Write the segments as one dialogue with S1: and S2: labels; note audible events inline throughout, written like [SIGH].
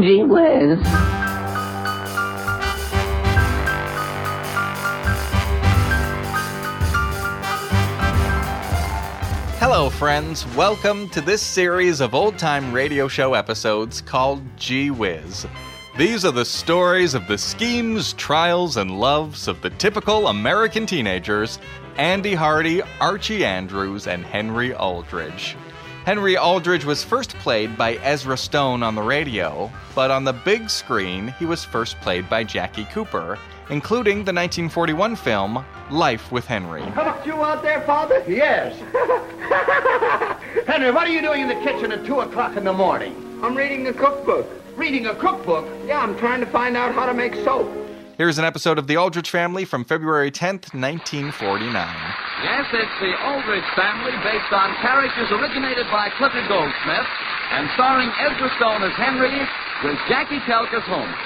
S1: Gee whiz.
S2: Hello, friends. Welcome to this series of old time radio show episodes called Gee Whiz. These are the stories of the schemes, trials, and loves of the typical American teenagers Andy Hardy, Archie Andrews, and Henry Aldridge. Henry Aldridge was first played by Ezra Stone on the radio, but on the big screen, he was first played by Jackie Cooper, including the 1941 film Life with Henry.
S3: You out there, Father? Yes. [LAUGHS] Henry, what are you doing in the kitchen at 2 o'clock in the morning?
S4: I'm reading a cookbook.
S3: Reading a cookbook?
S4: Yeah, I'm trying to find out how to make soap.
S2: Here's an episode of The Aldrich Family from February 10th, 1949.
S5: Yes, it's the Aldrich family based on characters originated by Clifford Goldsmith and starring Ezra Stone as Henry with Jackie Kalk as Homer.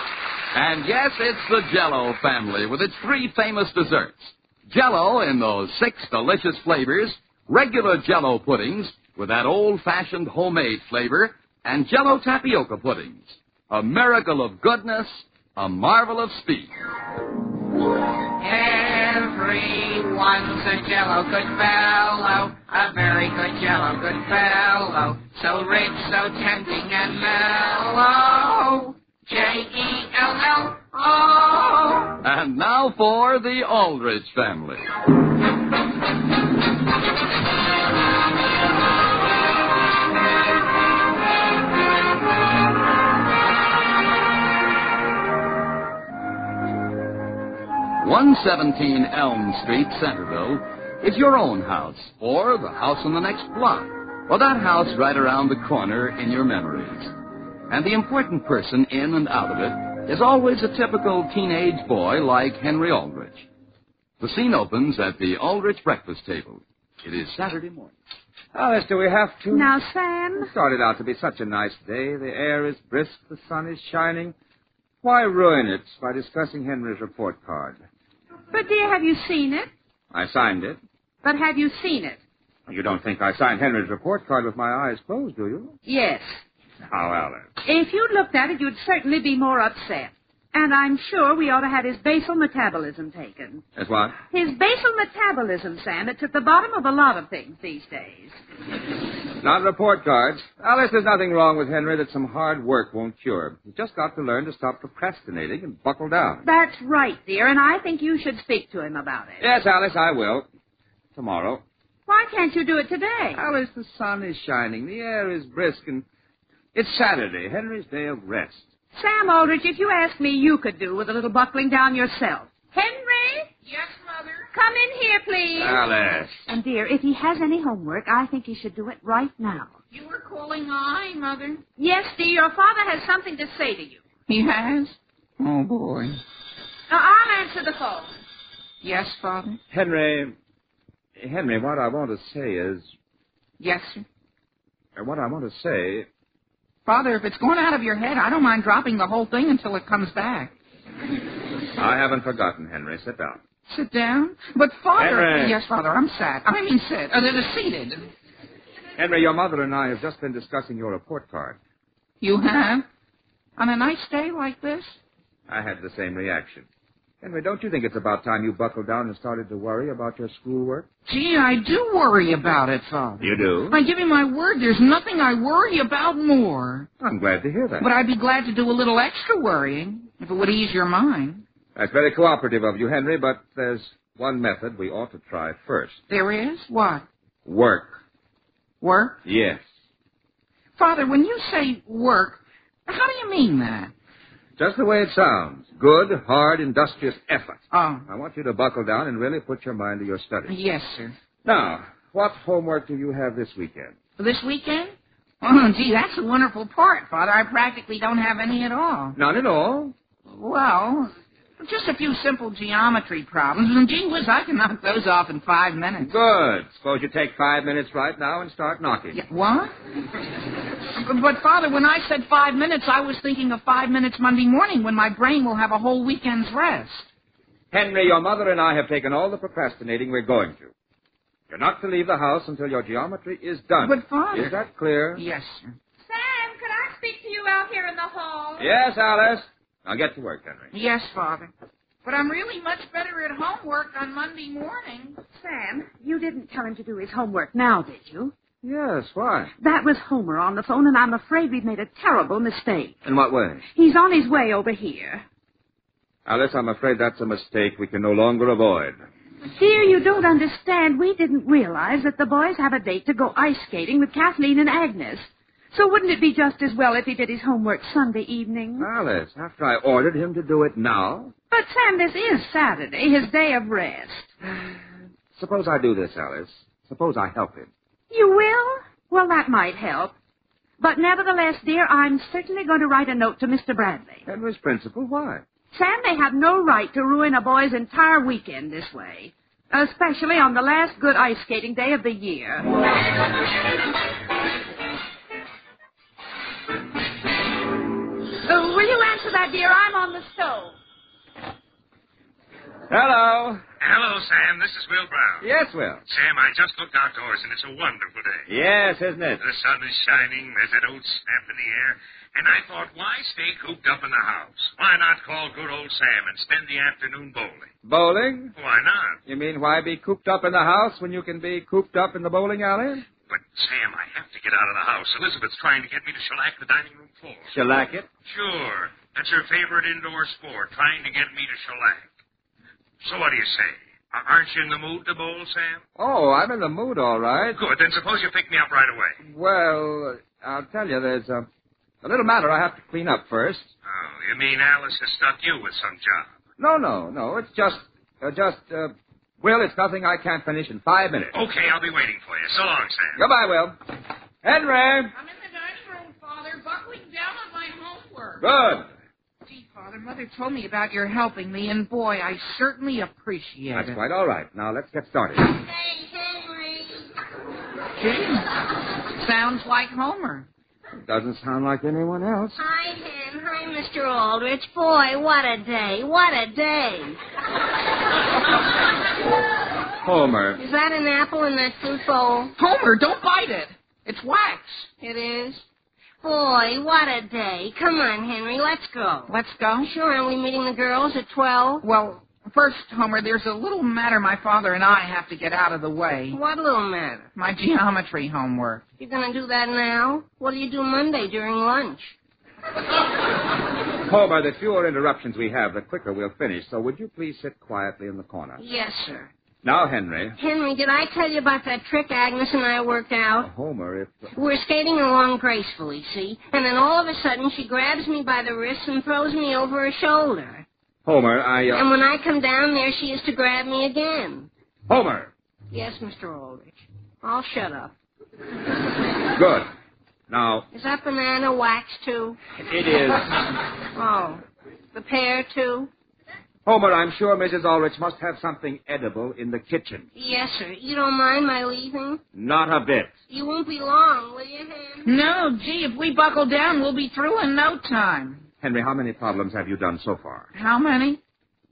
S5: And yes, it's the Jello family with its three famous desserts. Jello in those six delicious flavors, regular Jello puddings with that old-fashioned homemade flavor, and Jello tapioca puddings. A miracle of goodness, a marvel of speed.
S6: Everyone's a jello good fellow, a very good jello good fellow, so rich, so tempting and mellow. E J-E-L-L-O.
S5: And now for the Aldrich family. One seventeen Elm Street, Centerville, is your own house, or the house on the next block, or that house right around the corner in your memories. And the important person in and out of it is always a typical teenage boy like Henry Aldrich. The scene opens at the Aldrich breakfast table. It is Saturday morning.
S7: Alice, do Oh, we have to?
S8: Now, Sam.
S7: It started out to be such a nice day. The air is brisk, the sun is shining. Why ruin it by discussing Henry's report card?
S8: But, dear, have you seen it?
S7: I signed it.
S8: But have you seen it?
S7: You don't think I signed Henry's report card with my eyes closed, do you?
S8: Yes.
S7: Now, Alice.
S8: If you'd looked at it, you'd certainly be more upset. And I'm sure we ought to have his basal metabolism taken.
S7: As what?
S8: His basal metabolism, Sam, it's at the bottom of a lot of things these days.
S7: Not report cards. Alice, there's nothing wrong with Henry that some hard work won't cure. He's just got to learn to stop procrastinating and buckle down.
S8: That's right, dear, and I think you should speak to him about it.
S7: Yes, Alice, I will. Tomorrow.
S8: Why can't you do it today?
S7: Alice, the sun is shining, the air is brisk, and it's Saturday, Henry's day of rest.
S8: Sam Aldrich, if you asked me, you could do with a little buckling down yourself. Henry,
S6: Yes, Mother. Uh,
S8: come in here, please.
S7: Alice.
S8: And, dear, if he has any homework, I think he should do it right now.
S6: You were calling I, Mother.
S8: Yes, dear, your father has something to say to you.
S6: He has? Oh, boy.
S8: Uh, I'll answer the phone.
S6: Yes, Father.
S7: Henry, Henry, what I want to say is,
S6: Yes, sir.
S7: uh, what I want to say,
S6: Father, if it's going out of your head, I don't mind dropping the whole thing until it comes back.
S7: I haven't forgotten, Henry. Sit down.
S6: Sit down. But, Father.
S7: Henry.
S6: Yes, Father, I'm sad. I mean, sad. Uh, they're seated.
S7: Henry, your mother and I have just been discussing your report card.
S6: You have? On a nice day like this?
S7: I had the same reaction. Henry, don't you think it's about time you buckled down and started to worry about your schoolwork?
S6: Gee, I do worry about it, Father.
S7: You do?
S6: I give you my word, there's nothing I worry about more.
S7: I'm glad to hear that.
S6: But I'd be glad to do a little extra worrying if it would ease your mind.
S7: That's very cooperative of you, Henry, but there's one method we ought to try first.
S6: There is? What?
S7: Work.
S6: Work?
S7: Yes.
S6: Father, when you say work, how do you mean that?
S7: Just the way it sounds. Good, hard, industrious effort.
S6: Oh,
S7: I want you to buckle down and really put your mind to your studies.
S6: yes, sir.
S7: Now, what homework do you have this weekend?
S6: This weekend? Oh, gee, that's the wonderful part, Father. I practically don't have any at all.
S7: None at all.
S6: Well, just a few simple geometry problems, and gee whiz, I can knock those off in five minutes.
S7: Good. Suppose you take five minutes right now and start knocking.
S6: Yeah, what? but, Father, when I said five minutes, I was thinking of five minutes Monday morning when my brain will have a whole weekend's rest.
S7: Henry, your mother and I have taken all the procrastinating we're going to. You're not to leave the house until your geometry is done.
S6: But, Father-
S7: Is that clear?
S6: Yes, sir.
S8: Sam, could I speak to you out here in the
S6: home?
S7: Yes, Alice. Now get to work, Henry.
S6: Yes, Father. But I'm really much better at homework on Monday morning.
S8: Sam, you didn't tell him to do his homework now, did you?
S7: Yes, why?
S8: That was Homer on the phone, and I'm afraid we've made a terrible mistake.
S7: In what way?
S8: He's on his way over here.
S7: Alice, I'm afraid that's a mistake we can no longer avoid.
S8: Dear, you don't understand. We didn't realize that the boys have a date to go ice skating with Kathleen and Agnes. So wouldn't it be just as well if he did his homework Sunday evening?
S7: Alice, after I ordered him to do it now. [SIGHS]
S8: But, Sam, this is Saturday, his day of rest.
S7: Suppose I do this, Alice. Suppose I help him.
S8: You will? Well, that might help. But nevertheless, dear, I'm certainly going to write a note to Mr. Bradley.
S7: Henry's principal, why?
S8: Sam, they have no right to ruin a boy's entire weekend this way, especially on the last good ice skating day of the year. Uh, will you answer that, dear? I'm on the stove.
S7: Hello.
S9: Hello, Sam. This is Will Brown.
S7: Yes, Will.
S9: Sam, I just looked outdoors, and it's a wonderful day.
S7: Yes, isn't it?
S9: The sun is shining. There's that old snap in the air. And I thought, why stay cooped up in the house? Why not call good old Sam and spend the afternoon bowling?
S7: Bowling?
S9: Why not?
S7: You mean why be cooped up in the house when you can be cooped up in the bowling alley?
S9: But, Sam, I have to get out of the house. Elizabeth's trying to get me to shellac the dining room floor.
S7: Shellac it.
S9: Sure. That's her favorite indoor sport, trying to get me to shellac. So what do you say? A- Aren't you in the mood to bowl, Sam?
S7: Oh, I'm in the mood, all right.
S9: Good. Then suppose you pick me up right away.
S7: Well, I'll tell you, there's a, a little matter I have to clean up first.
S9: Oh, you mean Alice has stuck you with some job?
S7: No, no, no. It's just, uh, just, uh, Will, it's nothing I can't finish in five minutes.
S9: Okay, I'll be waiting for you. So long, Sam.
S7: Goodbye, Will. Henry.
S6: I'm in the dining room, Father, buckling down on my homework.
S7: Good.
S6: Gee, Father, Mother told me about your helping me, and boy, I certainly appreciate
S7: That's
S6: it.
S7: quite all right. Now let's get started.
S6: Hey, Henry. Gee, sounds like Homer.
S7: Doesn't sound like anyone else.
S1: Hi, Hen. Hi, Mr. Aldrich. Boy, what a day. What a day.
S7: Homer.
S1: Is that an apple in that fruit bowl?
S6: Homer, don't bite it. It's wax.
S1: It is. Boy, what a day. Come on, Henry. Let's go.
S6: Let's go.
S1: Sure, are we meeting the girls at 12?
S6: Well, first, Homer, there's a little matter my father and I have to get out of the way.
S1: What little matter?
S6: My geometry homework.
S1: You're going to do that now? What'll you do Monday during lunch?
S7: Homer, the fewer interruptions we have, the quicker we'll finish. So would you please sit quietly in the corner?
S1: Yes, sir.
S7: Now, Henry.
S1: Henry, did I tell you about that trick Agnes and I worked out?
S7: Homer, if.
S1: We're skating along gracefully, see? And then all of a sudden, she grabs me by the wrist and throws me over her shoulder.
S7: Homer, I. Uh...
S1: And when I come down, there she is to grab me again.
S7: Homer.
S1: Yes, Mr. Aldrich. I'll shut up.
S7: Good. Now,
S1: Is that banana wax, too?
S7: it is.
S1: Oh. The pear, too?
S7: Homer, I'm sure Mrs. Ulrich must have something edible in the kitchen.
S1: Yes, sir. You don't mind my leaving?
S7: Not a bit.
S1: You won't be long, will you, Hen?
S6: No, gee, if we buckle down, we'll be through in no time.
S7: Henry, how many problems have you done so far?
S6: How many?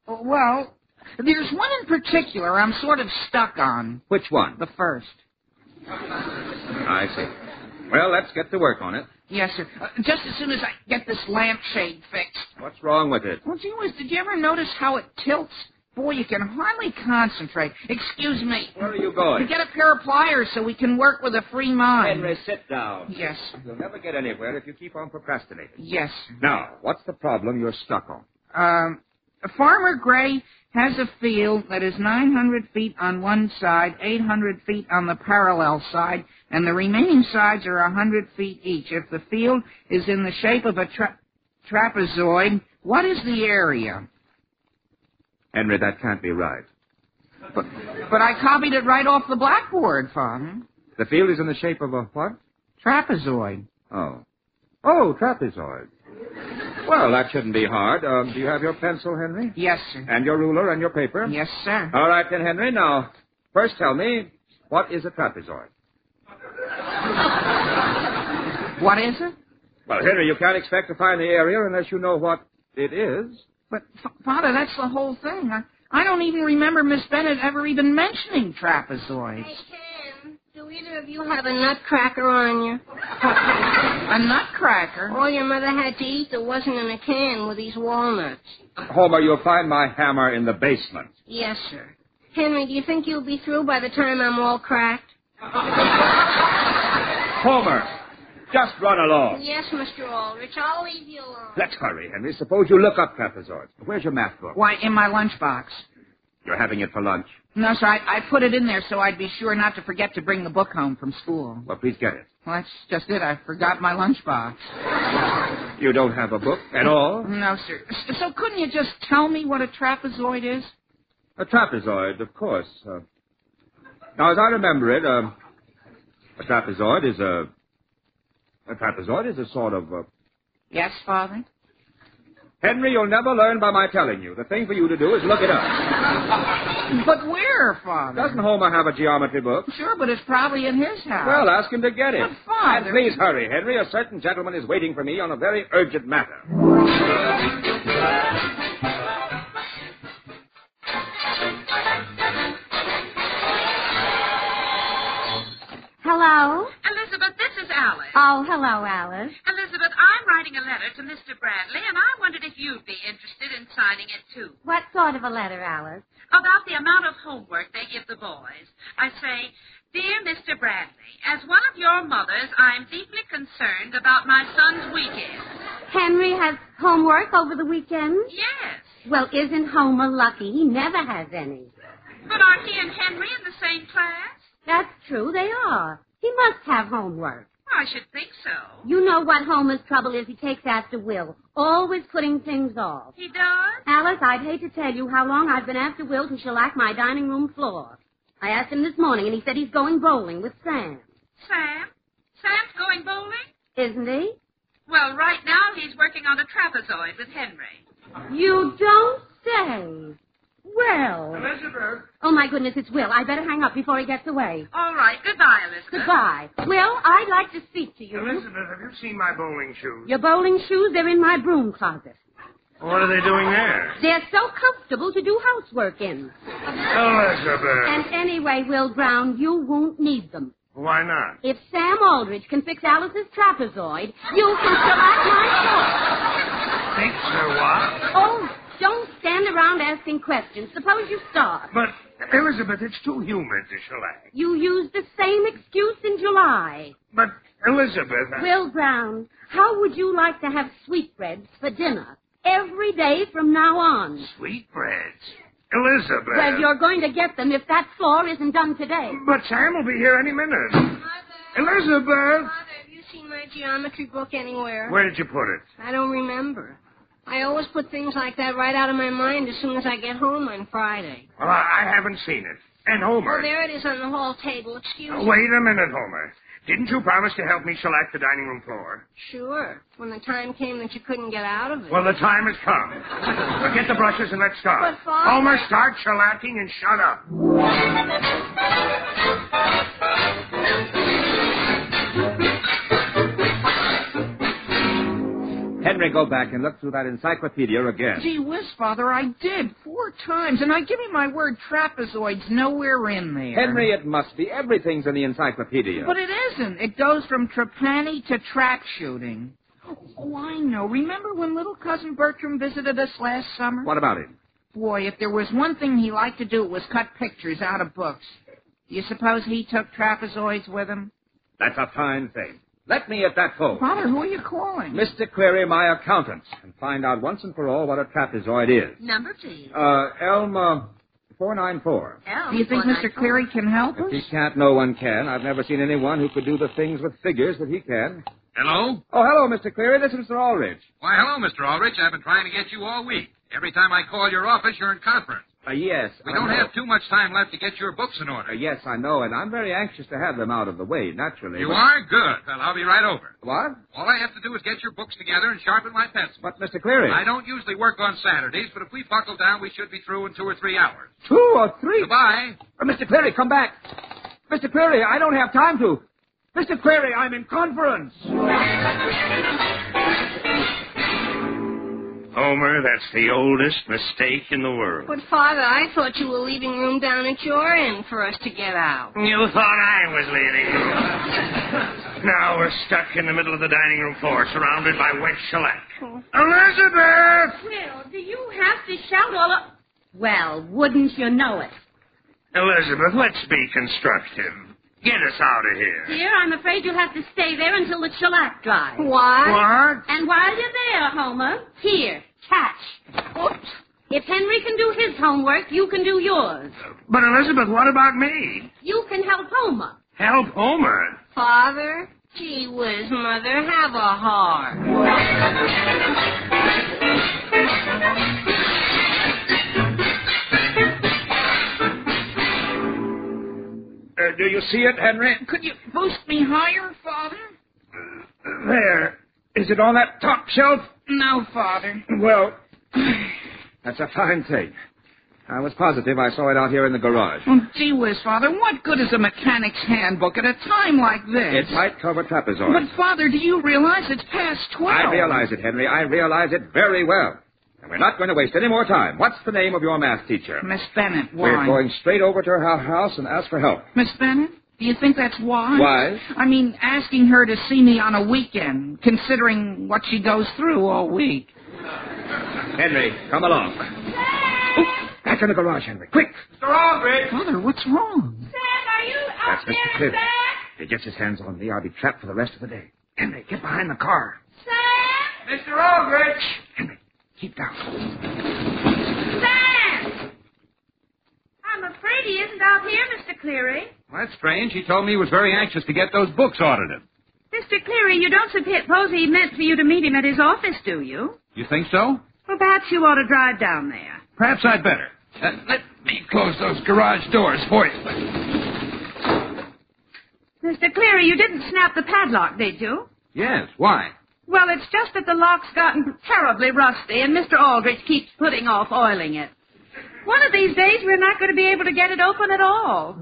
S6: Well, there's one in particular I'm sort of stuck on.
S7: Which one?
S6: The first.
S7: I see. Well, let's get to work on it.
S6: Yes, sir. Uh, just as soon as I get this lampshade fixed.
S7: What's wrong with it?
S6: Well, gee whiz, did you ever notice how it tilts? Boy, you can hardly concentrate. Excuse me.
S7: Where are you going?
S6: Get a pair of pliers so we can work with a free mind.
S7: Henry, sit down.
S6: Yes, sir.
S7: You'll never get anywhere if you keep on procrastinating.
S6: yes. sir.
S7: Now, what's the problem you're stuck on?
S6: Um, Farmer Gray has a field that is 900 feet on one side, 800 feet on the parallel side, and the remaining sides are 100 feet each. If the field is in the shape of a tra- trapezoid, what is the area?
S7: Henry, that can't be right.
S6: But, but I copied it right off the blackboard, Farmer.
S7: The field is in the shape of a what?
S6: Trapezoid.
S7: Oh. Oh, trapezoid. Well, that shouldn't be hard. Um, do you have your pencil, Henry?
S6: Yes, sir.
S7: And your ruler and your paper?
S6: Yes, sir.
S7: All right, then, Henry. Now, first tell me, what is a trapezoid?
S6: What is it?
S7: Well, Henry, you can't expect to find the area unless you know what it is.
S6: But, F- Father, that's the whole thing. I, I don't even remember Miss Bennett ever even mentioning trapezoids.
S1: Hey, Hen. Do we
S10: either of you have a nutcracker on you?
S6: A nutcracker?
S10: All your mother had to eat that wasn't in a can were these walnuts.
S7: Homer, you'll find my hammer in the basement.
S10: Yes, sir. Henry, do you think you'll be through by the time I'm all cracked?
S7: Homer, just run along.
S10: Yes, Mr. Aldrich. I'll leave you alone.
S7: Let's hurry, Henry. Suppose you look up trapezoids. Where's your math book?
S6: Why, in my lunchbox.
S7: You're having it for lunch.
S6: No, sir, I, I put it in there so I'd be sure not to forget to bring the book home from school.
S7: Well, please get it.
S6: Well, that's just it. I forgot my lunchbox.
S7: You don't have a book at all?
S6: No, sir. S- So couldn't you just tell me what a trapezoid is?
S7: A trapezoid, of course. Uh, now, as I remember it, um, a trapezoid is a a trapezoid is a sort of uh,
S6: Yes, Father?
S7: Henry. You'll never learn by my telling you. The thing for you to do is look it up.
S6: [LAUGHS] But where, Father?
S7: Doesn't Homer have a geometry book?
S6: Sure, but it's probably in his house.
S7: Well, ask him to get it.
S6: But, Father-
S7: And please hurry, Henry. A certain gentleman is waiting for me on a very urgent matter.
S1: Hello?
S8: Elizabeth, this is Alice.
S1: Oh, hello, Alice.
S8: Elizabeth, I'm writing a letter to Mr. Bradley, and I wondered if you'd be interested in signing it, too.
S1: What sort of a letter, Alice?
S8: About the amount of homework they give the boys. I say, Dear Mr. Bradley, as one of your mothers, I'm deeply concerned about my son's weekend.
S1: Henry has homework over the weekend?
S8: Yes.
S1: Well, isn't Homer lucky? He never has any.
S8: But are he and Henry in the same class?
S1: That's true, they are. He must have homework.
S8: I should think so.
S1: You know what Homer's trouble is he takes after Will, always putting things off.
S8: He does?
S1: Alice, I'd hate to tell you how long I've been after Will to shellac my dining room floor. I asked him this morning, and he said he's going bowling with Sam.
S8: Sam? Sam's going bowling?
S1: Isn't he?
S8: Well, right now he's working on a trapezoid with Henry.
S1: You don't say. Well.
S9: Elizabeth.
S1: Oh, my goodness, it's Will. I better hang up before he gets away.
S8: All right, goodbye, Elizabeth.
S1: Goodbye. Will, I'd like to speak to you.
S9: Elizabeth, have you seen my bowling shoes?
S1: Your bowling shoes, they're in my broom closet.
S9: What are they doing there?
S1: They're so comfortable to do housework in.
S9: Elizabeth.
S1: And anyway, Will Brown, you won't need them.
S9: Why not?
S1: If Sam Aldridge can fix Alice's trapezoid, you can select my
S9: Think so, what?
S1: floor. Oh, don't stand around asking questions. Suppose you start.
S9: But, Elizabeth, it's too humid to shellac.
S1: You used the same excuse in July.
S9: But, Elizabeth, uh, I-
S1: Will Brown, how would you like to have sweetbreads for dinner every day from now on?
S9: sweetbreads. Elizabeth.
S1: Well, you're going to get them if that floor isn't done today.
S9: But Sam will be here any minute.
S10: Mother,
S9: Elizabeth.
S10: Mother, have you seen my geometry book anywhere?
S9: Where did you put it?
S10: I don't remember. I always put things like that right out of my mind as soon as I get home on Friday.
S9: Well, I, I haven't seen it. And
S10: Well,
S9: Homer.
S10: there it is on the hall table. Excuse me.
S9: Oh, Wait a minute, Homer. Didn't you promise to help me shellac the dining room floor?
S10: Sure. When the time came that you couldn't get out of it.
S9: Well, the time has come. Now get the brushes and let's start.
S10: But, Father-
S9: Homer, start shellacking and shut up.
S7: Henry, go back and look through that encyclopedia again.
S6: Gee whiz, Father, I did four times, and I give you my word, trapezoids nowhere in there.
S7: Henry, it must be. Everything's in the encyclopedia.
S6: But it isn't. It goes from trapani to trap shooting. Oh, I know. Remember when little cousin Bertram visited us last summer?
S7: What about it?
S6: Boy, if there was one thing he liked to do, it was cut pictures out of books. Do you suppose he took trapezoids with him?
S7: That's a fine thing. Let me at that phone.
S6: Father, who are you calling?
S7: Mr. Query, my accountant, and find out once and for all what a trapezoid is.
S8: Number, please.
S7: Uh, Elm, uh, 494.
S6: Do you think Mr. Cleary can help us?
S7: If he can't, no one can. I've never seen anyone who could do the things with figures that he can.
S11: Hello?
S7: Oh, hello, Mr. Cleary. This is Mr. Aldrich.
S11: Why, hello, Mr. Aldrich. I've been trying to get you all week. Every time I call your office, you're in conference.
S7: Uh, yes.
S11: We
S7: I
S11: don't
S7: know.
S11: have too much time left to get your books in
S7: Uh,
S11: order.
S7: yes, I know, and I'm very anxious to have them out of the way, naturally.
S11: You
S7: but-
S11: are? Good. Well, I'll be right over.
S7: What?
S11: All I have to do is get your books together and sharpen my pencil.
S7: But, Mr. Cleary.
S11: I don't usually work on Saturdays, but if we buckle down, we should be through in two or three hours.
S7: Two or three.
S11: Goodbye.
S7: Uh, Mr. Cleary, come back. Mr. Cleary, I don't have time to. Mr. Cleary, I'm in conference.
S11: Oh,
S9: Homer, that's the oldest mistake in the world.
S1: But, Father, I thought you were leaving room down at your end for us to get out.
S8: [LAUGHS]
S9: You thought I was leaving. now we're stuck in the middle of the dining room floor, surrounded by wet shellac. Elizabeth!
S12: Will, do you have to shout all up?
S13: Well, wouldn't you know it?
S9: Elizabeth, let's be constructive. Get us out of here.
S13: Dear, I'm afraid you'll have to stay there until the shellac dries.
S1: Why?
S9: What?
S13: And while you're there, Homer, here, catch. Oops. If Henry can do his homework, you can do yours.
S9: But, Elizabeth, what about me?
S13: You can help Homer.
S9: Help Homer.
S1: Father? Gee whiz, Mother, have a heart.
S14: Uh, do you see it, Henry?
S6: Could you boost me higher, Father?
S14: There. Is it on that top shelf?
S6: No, Father.
S7: Well, [SIGHS] that's a fine thing. I was positive I saw it out here in the garage.
S6: Oh, gee whiz, Father, what good is a mechanic's handbook at a time like this?
S7: It might cover trapezoid.
S6: But, Father, do you realize it's past twelve?
S7: I realize it, Henry. I realize it very well. And we're not going to waste any more time. What's the name of your math teacher?
S6: Miss Bennett, why?
S7: We're going straight over to her house and ask for help.
S6: Miss Bennett, do you think that's wise?
S7: Wise?
S6: I mean, asking her to see me on a weekend, considering what she goes through all week.
S7: Henry, come along. Oh, back in the garage, Henry. Quick.
S14: Mr. Aldrich!
S6: Father, what's wrong?
S12: Sam, are you out
S7: That's Mr.
S12: there in
S7: Cliff.
S12: back?
S7: If he gets his hands on me, I'll be trapped for the rest of the day. Henry, get behind the car.
S12: Sam?
S14: Mr. Aldrich!
S7: Keep down.
S12: Sam! I'm afraid he isn't out here, Mr. Cleary.
S15: That's strange. He told me he was very anxious to get those books audited.
S13: Mr. Cleary, you don't suppose he meant for you to meet him at his office, do you?
S15: You think so?
S13: Well, perhaps you ought to drive down there.
S15: Perhaps I'd better. Uh, let me close those garage doors for you.
S13: Mr. Cleary, you didn't snap the padlock, did you?
S15: Yes, why?
S13: Well, it's just that the lock's gotten terribly rusty, and Mr. Aldrich keeps putting off oiling it. One of these days, we're not going to be able to get it open at all.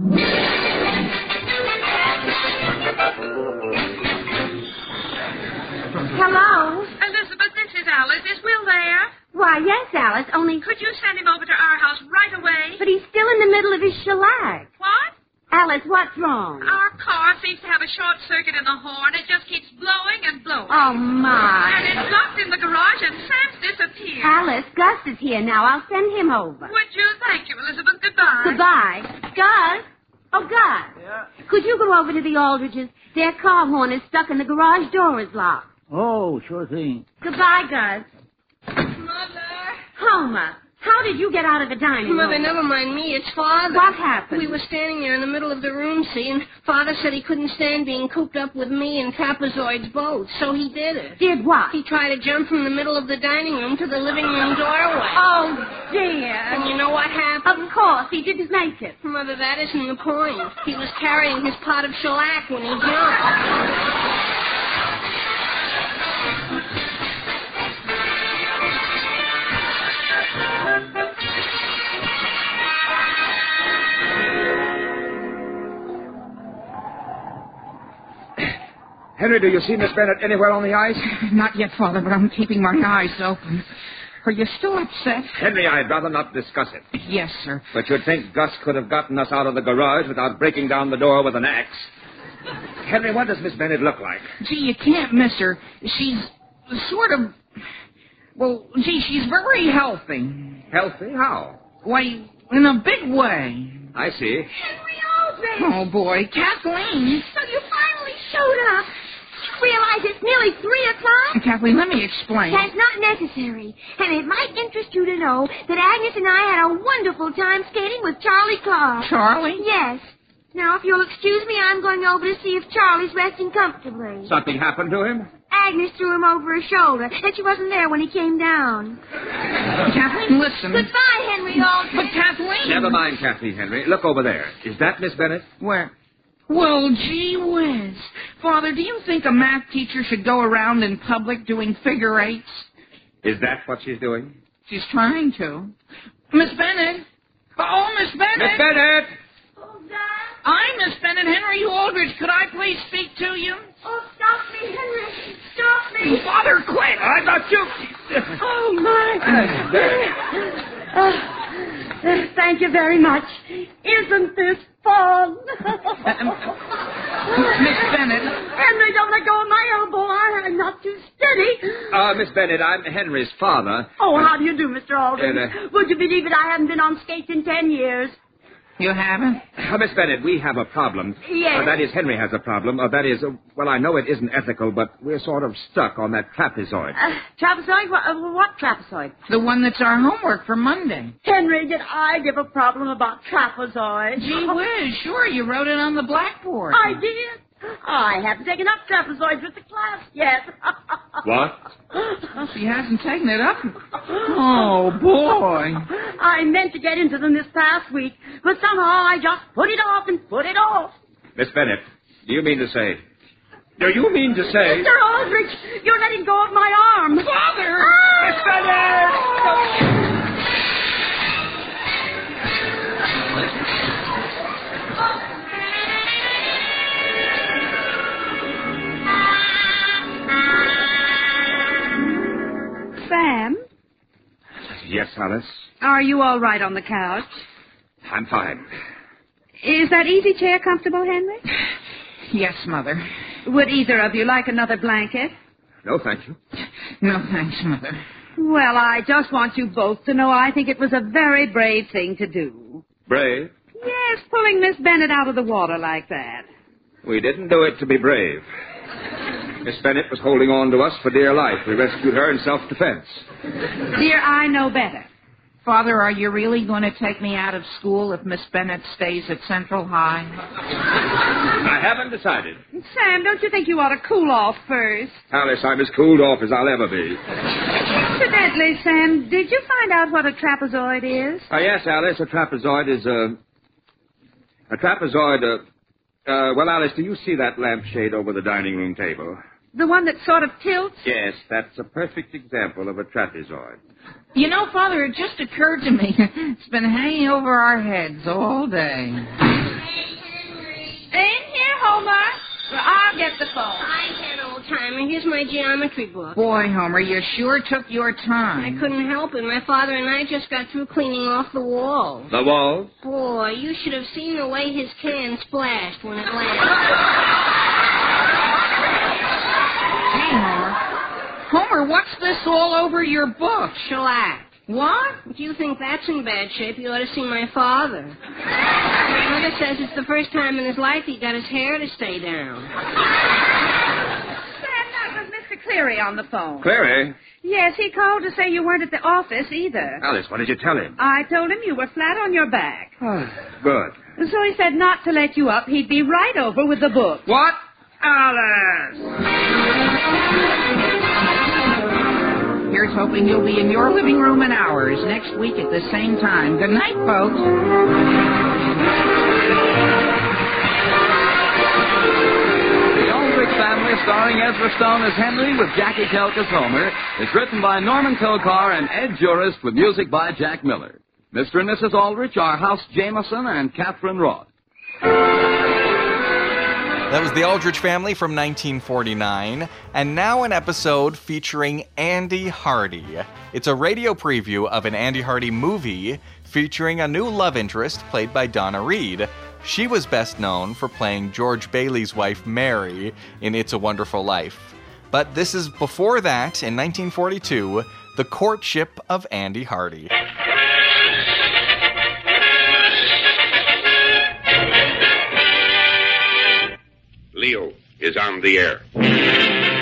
S12: Hello? Elizabeth, this is Alice. Is Will there?
S8: Why, yes, Alice, only.
S12: Could you send him over to our house right away?
S8: But he's still in the middle of his shellac.
S12: What?
S8: Alice, what's wrong?
S12: Our car seems to have a short circuit in the horn. It just keeps blowing and blowing.
S8: Oh, my.
S12: And it's locked in the garage, and Sam's disappeared.
S8: Alice, Gus is here now. I'll send him over.
S12: Would you? Thank you, Elizabeth. Goodbye.
S8: Goodbye. Uh, Gus? Oh, Gus.
S12: Yeah.
S8: Could you go over to the Aldriches? Their car horn is stuck and the garage door is locked.
S16: Oh, sure thing.
S8: Goodbye, Gus.
S12: Mother.
S8: Homer, how did you get out of the dining room?
S1: Mother, never mind me. It's Father.
S8: What happened?
S1: We were standing there in the middle of the room, see, and Father said he couldn't stand being cooped up with me and Trapezoid's boat, so he did it.
S8: Did what?
S1: He tried to jump from the middle of the dining room to the living room doorway.
S8: Oh, dear.
S1: And you know what happened?
S8: Of course, he didn't make it.
S1: Mother, that isn't the point. He was carrying his pot of shellac when he jumped.
S7: Henry, do you see Miss Bennett anywhere on the ice?
S6: [LAUGHS] Not yet, Father, but I'm keeping my eyes open. Are you still upset?
S7: Henry, I'd rather not discuss it.
S6: Yes, sir.
S7: But you'd think Gus could have gotten us out of the garage without breaking down the door with an axe. Henry, what does Miss Bennett look like?
S6: Gee, you can't miss her. She's sort of. Well, gee, she's very healthy.
S7: Healthy? How?
S6: Why, in a big way.
S7: I see.
S8: Henry Aldrich!
S6: Oh, boy. Kathleen.
S8: So you finally showed up. You realize it's nearly three o'clock?
S6: Kathleen, let me explain.
S8: That's not necessary. And it might interest you to know that Agnes and I had a wonderful time skating with Charlie Clark.
S6: Charlie?
S8: Yes. Now, if you'll excuse me, I'm going over to see if Charlie's resting comfortably.
S7: Something happened to him?
S8: Agnes threw him over her shoulder, and she wasn't there when he came down.
S6: Kathleen, listen.
S8: Goodbye, Henry Aldrich.
S6: But Kathleen.
S7: Never mind, Kathleen, Henry. Look over there. Is that Miss Bennett?
S6: Where? Well, gee whiz. Father, do you think a math teacher should go around in public doing figure eights?
S7: Is that what she's doing?
S6: She's trying to. Miss Bennett. Oh, Miss Bennett.
S7: Miss Bennett!
S6: I'm Miss Bennett Henry Aldridge. Could I please speak to you?
S8: Oh, stop me, Henry. Stop me.
S3: You bother Clint. I thought you.
S8: Oh, my. Oh, uh, thank you very much. Isn't this fun?
S6: Miss Bennett.
S8: Henry, don't let go of my elbow. I, I'm not too steady.
S7: Uh, Miss Bennett, I'm Henry's father.
S8: Oh, how do you do, Mr.
S7: And,
S8: Alden?
S7: uh,
S8: Would you believe it? I haven't been on skates in ten years.
S6: You haven't?
S7: Uh, Miss Bennett, we have a problem.
S8: Yes.
S7: Uh, that is, Henry has a problem. Uh, that is, uh, well, I know it isn't ethical, but we're sort of stuck on that trapezoid.
S8: Uh, trapezoid? What, uh, what trapezoid?
S6: The one that's our homework for Monday.
S8: Henry, did I give a problem about trapezoid?
S6: Gee whiz, sure, you wrote it on the blackboard.
S8: I did. I haven't taken up trapezoids with the class yet. [LAUGHS]
S7: What?
S6: She hasn't taken it up. Oh, boy.
S8: I meant to get into them this past week, but somehow I just put it off and put it off.
S7: Miss Bennett, do you mean to say? Do you mean to say?
S8: Mr. Aldrich, you're letting go of my arm.
S3: Father!
S17: Ah!
S3: Miss
S17: Sam,
S7: Yes, Alice.
S17: are you all right on the couch?
S7: I'm fine.
S17: Is that easy chair comfortable, Henry?
S6: Yes, Mother.
S17: Would either of you like another blanket?
S7: No, thank you.
S6: No thanks, Mother.
S17: Well, I just want you both to know I think it was a very brave thing to do.
S7: Brave?
S17: Yes, pulling Miss Bennett out of the water like that.
S7: We didn't do it to be brave. Miss Bennett was holding on to us for dear life. We rescued her in self-defense.
S17: Dear, I know better.
S6: Father, are you really going to take me out of school if Miss Bennett stays at Central High?
S7: I haven't decided.
S17: Sam, don't you think you ought to cool off first?
S7: Alice, I'm as cooled off as I'll ever be.
S17: Incidentally, Sam, did you find out what a trapezoid is?
S7: Uh, yes, Alice, a trapezoid is a. A trapezoid, uh, uh, well, Alice, do you see that lampshade over the dining room table?
S17: The one that sort of tilts?
S7: Yes, that's a perfect example of a trapezoid.
S6: You know, Father, it just occurred to me. [LAUGHS] It's been hanging over our heads all day.
S17: In here, Homer. Well, I'll get the phone.
S18: I can, old timer. Here's my geometry book.
S6: Boy, Homer, you sure took your
S18: I
S6: time.
S18: couldn't help it. My father and I just got through cleaning off the wall.
S7: The walls?
S18: Boy, you should have seen the way his can splashed when it landed.
S6: Hey, Homer. Homer, what's this all over your book?
S18: Shellac.
S6: What?
S18: If you think that's in bad shape, you ought to see my father. My mother says it's the first time in his life he got his hair to stay down.
S17: Sam, that was Mr. Cleary on the phone.
S7: Clary.
S17: Yes, he called to say you weren't at the office either.
S7: Alice, what did you tell him?
S17: I told him you were flat on your back.
S7: Good.
S17: So he said not to let you up. He'd be right over with the book.
S3: What? Alice!
S6: Here's hoping you'll be in your living room and ours next week at the same time. Good night, folks.
S5: The Aldrich Family, starring Ezra Stone as Henry with Jackie Kelk as Homer, is written by Norman Kilcar and Ed Jurist with music by Jack Miller. Mr. and Mrs. Aldrich are House Jameson and Catherine Roth.
S2: That was The Aldrich Family from 1949, and now an episode featuring Andy Hardy. It's a radio preview of an Andy Hardy movie featuring a new love interest played by Donna Reed. She was best known for playing George Bailey's wife Mary in It's a Wonderful Life. But this is before that, in 1942, The Courtship of Andy Hardy.
S19: Leo is on the air.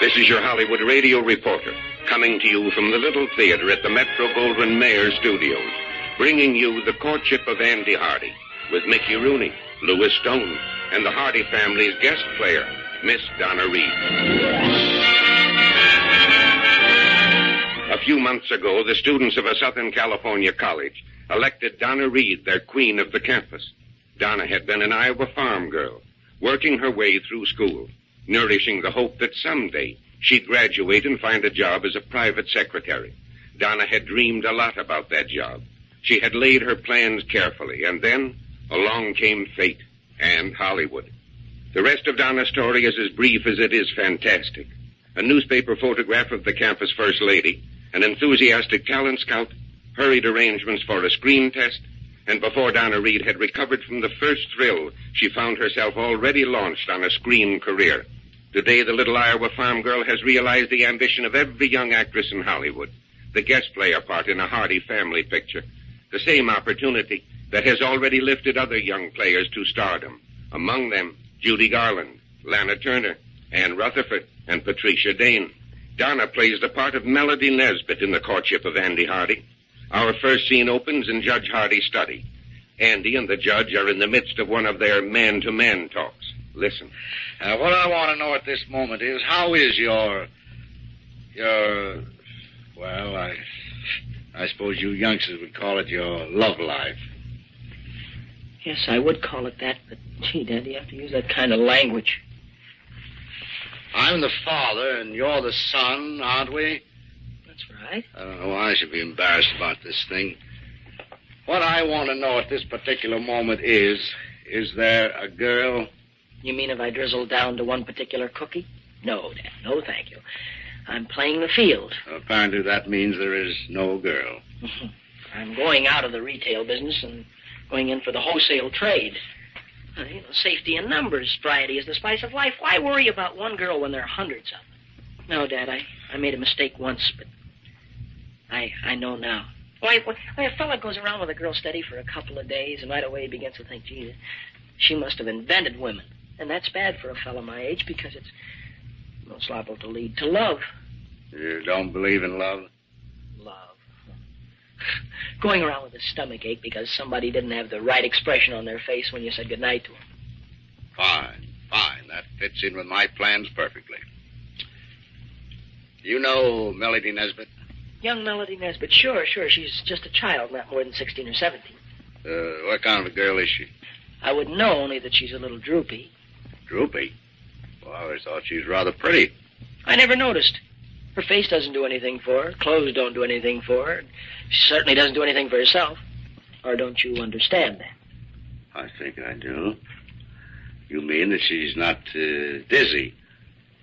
S19: This is your Hollywood radio reporter coming to you from the little theater at the Metro Goldwyn Mayer studios, bringing you the courtship of Andy Hardy with Mickey Rooney, Louis Stone, and the Hardy family's guest player, Miss Donna Reed. A few months ago, the students of a Southern California college elected Donna Reed their queen of the campus. Donna had been an Iowa farm girl, working her way through school. nourishing the hope that someday she'd graduate and find a job as a private secretary. Donna had dreamed a lot about that job. She had laid her plans carefully, and then along came fate and Hollywood. The rest of Donna's story is as brief as it is fantastic. A newspaper photograph of the campus first lady, an enthusiastic talent scout, hurried arrangements for a screen test, and before Donna Reed had recovered from the first thrill, she found herself already launched on a screen career. Today, the little Iowa farm girl has realized the ambition of every young actress in Hollywood, the guest player part in a hearty family picture, the same opportunity that has already lifted other young players to stardom, among them Judy Garland, Lana Turner, Ann Rutherford, and Patricia Dane. Donna plays the part of Melody Nesbitt in the courtship of Andy Hardy. Our first scene opens in Judge Hardy's study. Andy and the judge are in the midst of one of their man to man talks. Listen.
S20: Uh, what I want to know at this moment is how is your. your. well, I. I suppose you youngsters would call it your love life.
S21: Yes, I would call it that, but gee, Dad, you have to use that kind of language.
S20: I'm the father and you're the son, aren't we?
S21: That's right.
S20: I don't know why I should be embarrassed about this thing. What I want to know at this particular moment is is there a girl?
S21: You mean if I drizzle down to one particular cookie? No, Dad, no, thank you. I'm playing the field.
S20: Apparently, that means there is no girl.
S21: I'm going out of the retail business and going in for the wholesale trade. Uh, you know, safety in numbers, variety is the spice of life. Why worry about one girl when there are hundreds of them? No, Dad, I, I made a mistake once, but I I know now. Why, why a fella goes around with a girl steady for a couple of days, and right away he begins to think, gee, she must have invented women. And that's bad for a fella my age because it's, well, it's liable to lead to love.
S20: You don't believe in love?
S21: Love. [LAUGHS] Going around with a stomach ache because somebody didn't have the right expression on their face when you said goodnight to them.
S20: Fine, fine. That fits in with my plans perfectly. You know Melody Nesbit?
S21: Young Melody Nesbit, sure, sure, she's just a child, not more than 16 or 17.
S20: Uh, what kind of a girl is she?
S21: I would know only that she's a little droopy.
S20: Droopy? Well, I always thought she was rather pretty.
S21: I never noticed. Her face doesn't do anything for her. Clothes don't do anything for her. She certainly doesn't do anything for herself. Or don't you understand that?
S20: I think I do. You mean that she's not uh, dizzy?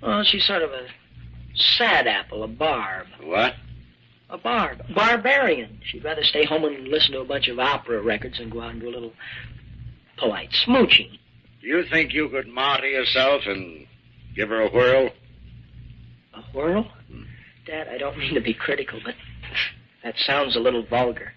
S21: Well, she's sort of a sad apple, a barb.
S20: What?
S21: A barb. A barbarian. She'd rather stay home and listen to a bunch of opera records than go out and do a little polite smooching.
S20: You think you could marty yourself and give her a whirl?
S21: A whirl? Dad, I don't mean to be critical, but that sounds a little vulgar.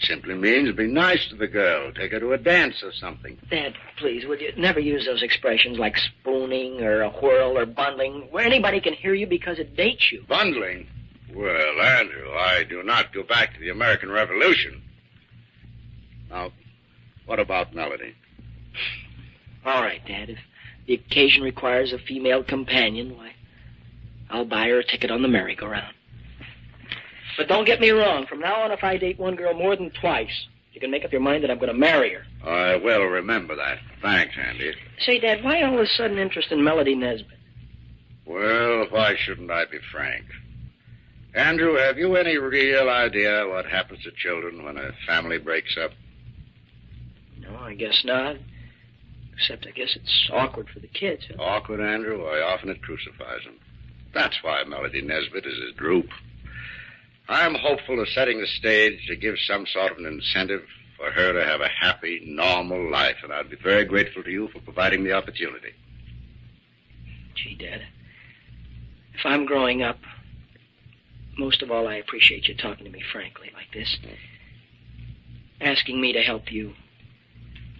S20: It simply means be nice to the girl, take her to a dance or something.
S21: Dad, please, would you never use those expressions like spooning or a whirl or bundling where anybody can hear you because it dates you?
S20: Bundling? Well, Andrew, I do not go back to the American Revolution. Now, what about Melody?
S21: All right, Dad. If the occasion requires a female companion, why, I'll buy her a ticket on the merry-go-round. But don't get me wrong. From now on, if I date one girl more than twice, you can make up your mind that I'm going to marry her.
S20: I will remember that. Thanks, Andy.
S21: Say, Dad, why all this sudden interest in Melody Nesbit?
S20: Well, why shouldn't I be frank? Andrew, have you any real idea what happens to children when a family breaks up?
S21: No, I guess not. Except I guess it's awkward for the kids. Huh?
S20: Awkward, Andrew? Why, often it crucifies them. That's why Melody Nesbit is a droop. I'm hopeful of setting the stage to give some sort of an incentive for her to have a happy, normal life, and I'd be very grateful to you for providing the opportunity.
S21: Gee, Dad, if I'm growing up, most of all, I appreciate you talking to me frankly like this, asking me to help you.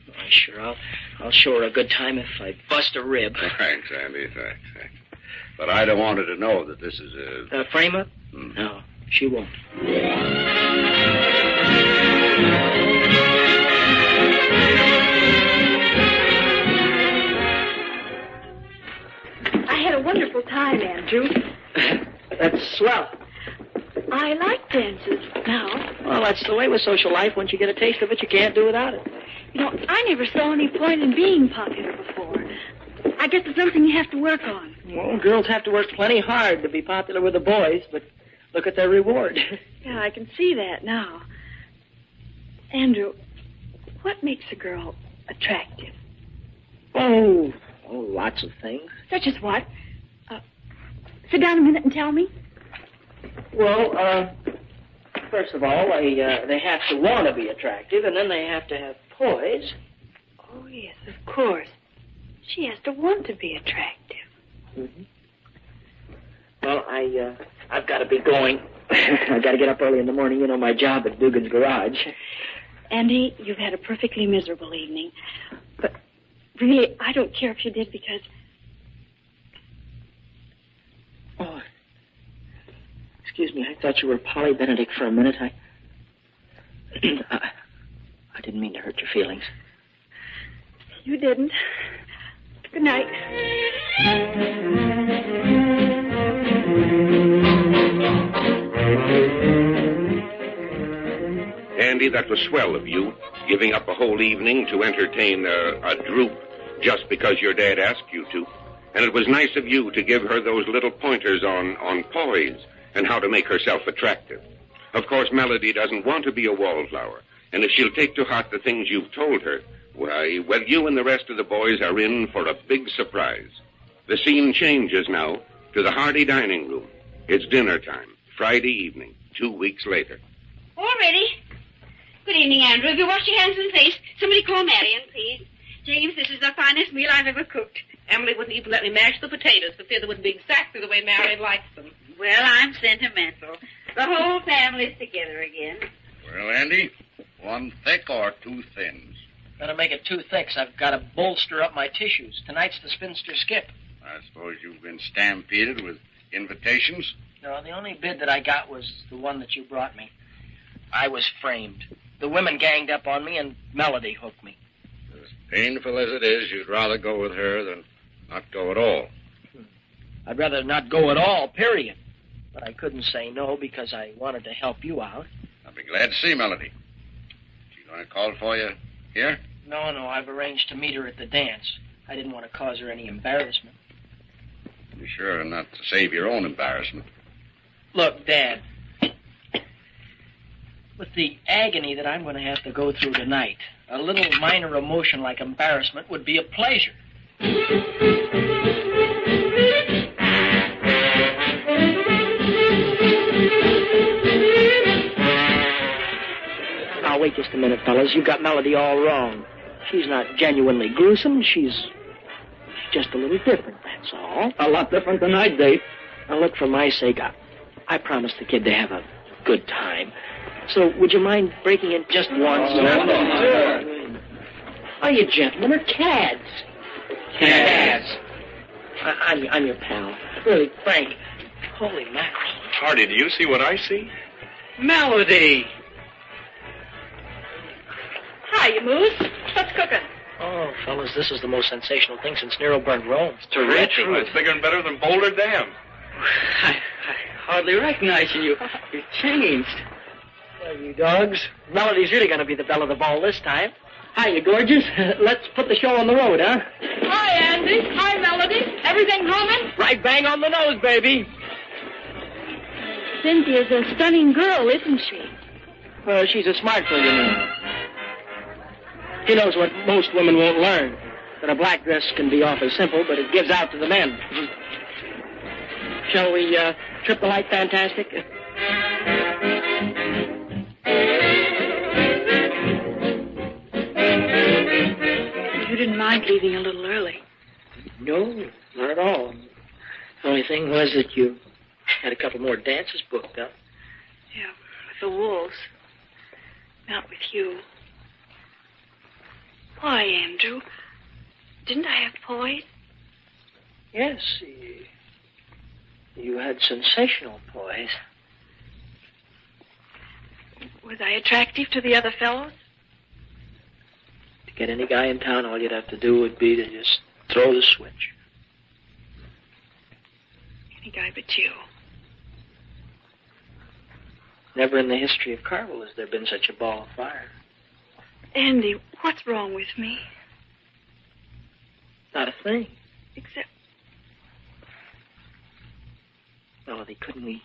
S21: Why, sure, I'll, I'll show her a good time if I bust a rib.
S20: [LAUGHS] Thanks, Andy. Thanks, thanks. But I don't want her to know that this is a.
S21: A Uh, frame up? No, she won't.
S22: I had a wonderful time, Andrew.
S21: That's swell.
S22: I like dances now.
S21: Well, that's the way with social life. Once you get a taste of it, you can't do without it.
S22: You know, I never saw any point in being popular before.
S8: I guess it's something you have to work on.
S21: Well, girls have to work plenty hard to be popular with the boys, but look at their reward. [LAUGHS]
S8: Yeah, I can see that now. Andrew, what makes a girl attractive?
S21: Oh, oh lots of things.
S8: Such as what? Uh, sit down a minute and tell me.
S21: Well, uh, first of all, they uh, they have to want to be attractive, and then they have to have poise.
S8: Oh, yes, of course. She has to want to be attractive.
S21: Mm-hmm. Well, I uh, I've got to be going. [LAUGHS] I've got to get up early in the morning. You know my job at Dugan's Garage.
S8: [LAUGHS] Andy, you've had a perfectly miserable evening. But really, I don't care if you did because.
S21: Oh, excuse me. I thought you were Polly Benedict for a minute. I [CLEARS THROAT] I I didn't mean to hurt your feelings.
S8: You didn't. Good night.
S19: Andy, that was swell of you, giving up a whole evening to entertain a, a droop just because your dad asked you to. And it was nice of you to give her those little pointers on, on poise and how to make herself attractive. Of course, Melody doesn't want to be a wallflower, and if she'll take to heart the things you've told her, why, well, you and the rest of the boys are in for a big surprise. The scene changes now to the Hardy dining room. It's dinner time, Friday evening, two weeks later.
S1: Already? Good evening, Andrew. If you wash your hands and face, somebody call Marion, please. James, this is the finest meal I've ever cooked.
S23: Emily wouldn't even let me mash the potatoes for fear they wouldn't be exactly the way Marion likes them.
S1: Well, I'm sentimental. The whole family's together again.
S20: Well, Andy, one thick or two thins?
S21: Gotta make it two thicks. I've gotta bolster up my tissues. Tonight's the spinster skip.
S20: I suppose you've been stampeded with invitations.
S21: No, the only bid that I got was the one that you brought me. I was framed. The women ganged up on me, and Melody hooked me.
S20: As painful as it is, you'd rather go with her than not go at all.
S21: I'd rather not go at all, period. But I couldn't say no because I wanted to help you out.
S20: I'll be glad to see Melody. She going to call for you here?
S21: No, no, I've arranged to meet her at the dance. I didn't want to cause her any embarrassment.
S20: You sure not to save your own embarrassment?
S21: Look, Dad, with the agony that I'm going to have to go through tonight, a little minor emotion like embarrassment would be a pleasure. Now, wait just a minute, fellas. You got Melody all wrong. She's not genuinely gruesome. She's just a little different, that's all.
S24: A lot different than I date.
S21: Now, look, for my sake, I, I promised the kid to have a good time. So, would you mind breaking in just once?
S24: Oh, no, no, sure.
S21: Are you gentlemen or cads?
S24: Cads.
S21: I, I'm, I'm your pal. Really, Frank. Holy mackerel.
S3: Hardy, do you see what I see?
S21: Melody!
S1: Hi, you moose. What's cooking?
S21: Oh, fellas, this is the most sensational thing since Nero burned Rome.
S3: It's terrific. It's bigger and better than Boulder Dam.
S24: I, I hardly recognize you. You've changed.
S21: Well, you dogs. Melody's really going to be the belle of the ball this time.
S24: Hi, you gorgeous. [LAUGHS] Let's put the show on the road, huh?
S1: Hi, Andy. Hi, Melody. Everything humming?
S21: Right bang on the nose, baby.
S8: Cynthia's a stunning girl, isn't she?
S21: Well, she's a smart girl, you know. She knows what most women won't learn. That a black dress can be awfully simple, but it gives out to the men. Shall we uh, trip the light fantastic?
S8: You didn't mind leaving a little early.
S21: No, not at all. The only thing was that you had a couple more dances booked up.
S8: Yeah, with the wolves. Not with you. Why, Andrew? Didn't I have poise?
S21: Yes, y- you had sensational poise.
S8: Was I attractive to the other fellows?
S21: To get any guy in town, all you'd have to do would be to just throw the switch.
S8: Any guy but you.
S21: Never in the history of Carvel has there been such a ball of fire.
S8: Andy, what's wrong with me?
S21: Not a thing.
S25: Except.
S21: Melody, couldn't we.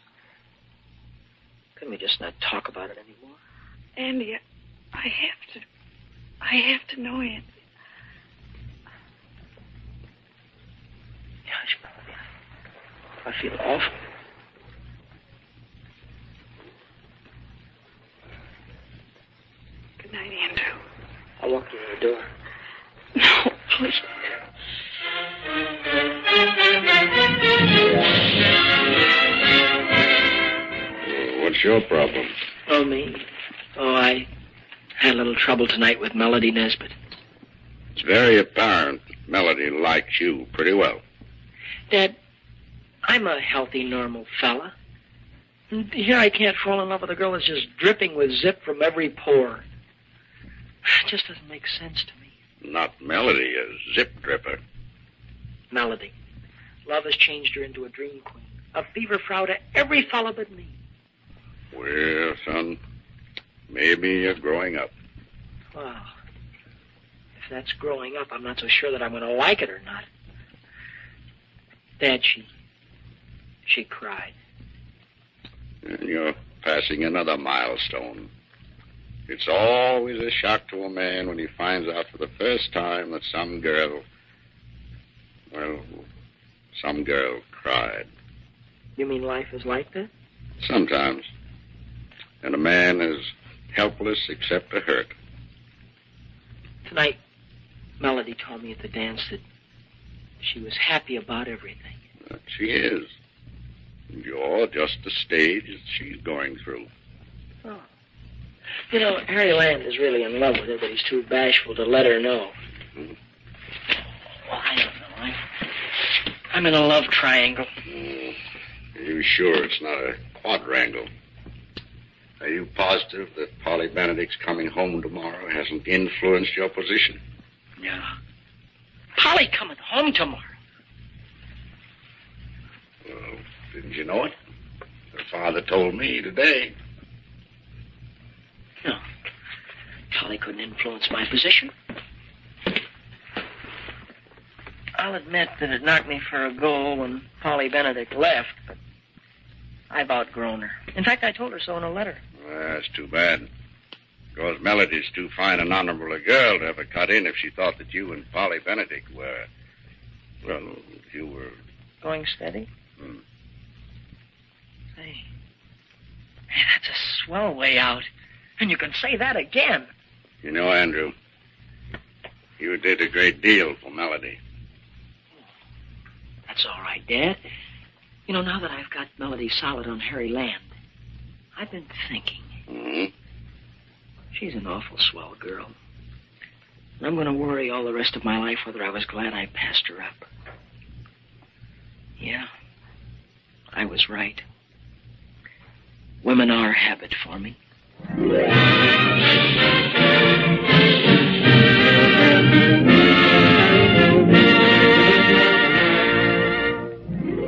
S21: Couldn't we just not talk about it anymore?
S25: Andy, I have to. I have to know Andy.
S21: Gosh, Melody, I, I feel awful.
S25: Good night, Andrew.
S21: I walked in the door.
S25: No, please.
S20: What's your problem?
S21: Oh, me? Oh, I had a little trouble tonight with Melody Nesbit.
S20: It's very apparent Melody likes you pretty well.
S21: Dad, I'm a healthy, normal fella. And here I can't fall in love with a girl that's just dripping with zip from every pore. [SIGHS] It just doesn't make sense to me.
S20: Not Melody, a zip dripper.
S21: Melody, love has changed her into a dream queen, a fever frau to every fella but me.
S20: Well, son, maybe you're growing up.
S21: Well, Ah, if that's growing up, I'm not so sure that I'm going to like it or not. Dad, she, she cried.
S20: And you're passing another milestone. It's always a shock to a man when he finds out for the first time that some girl, well, some girl cried.
S21: You mean life is like that?
S20: Sometimes. And a man is helpless except to hurt.
S21: Tonight, Melody told me at the dance that she was happy about everything.
S20: But she is. And You're just the stage that she's going through.
S21: Oh. You know, Harry Land is really in love with her, but he's too bashful to let her know. Well, I don't know. I, I'm in a love triangle.
S20: Are you sure it's not a quadrangle? Are you positive that Polly Benedict's coming home tomorrow hasn't influenced your position?
S21: Yeah. Polly coming home tomorrow.
S20: Well, didn't you know it? Her father told me today.
S21: No. Polly couldn't influence my position. I'll admit that it knocked me for a goal when Polly Benedict left, but I've outgrown her. In fact, I told her so in a letter.
S20: Well, that's too bad. Because Melody's too fine and honorable a girl to ever cut in if she thought that you and Polly Benedict were. Well, if you were.
S21: Going steady?
S20: hmm.
S21: Hey. Man, that's a swell way out. And you can say that again.
S20: You know, Andrew, you did a great deal for Melody.
S21: That's all right, Dad. You know, now that I've got Melody solid on Harry Land, I've been thinking.
S20: Mm-hmm.
S21: She's an awful swell girl. And I'm going to worry all the rest of my life whether I was glad I passed her up. Yeah, I was right. Women are a habit for me.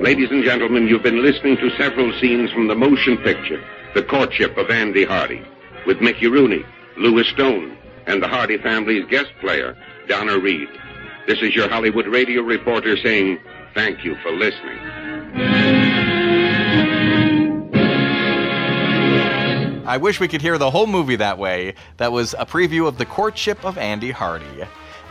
S20: Ladies and gentlemen, you've been listening to several scenes from the motion picture, The Courtship of Andy Hardy, with Mickey Rooney, Louis Stone, and the Hardy family's guest player, Donna Reed. This is your Hollywood radio reporter saying thank you for listening.
S2: I wish we could hear the whole movie that way. That was a preview of The Courtship of Andy Hardy.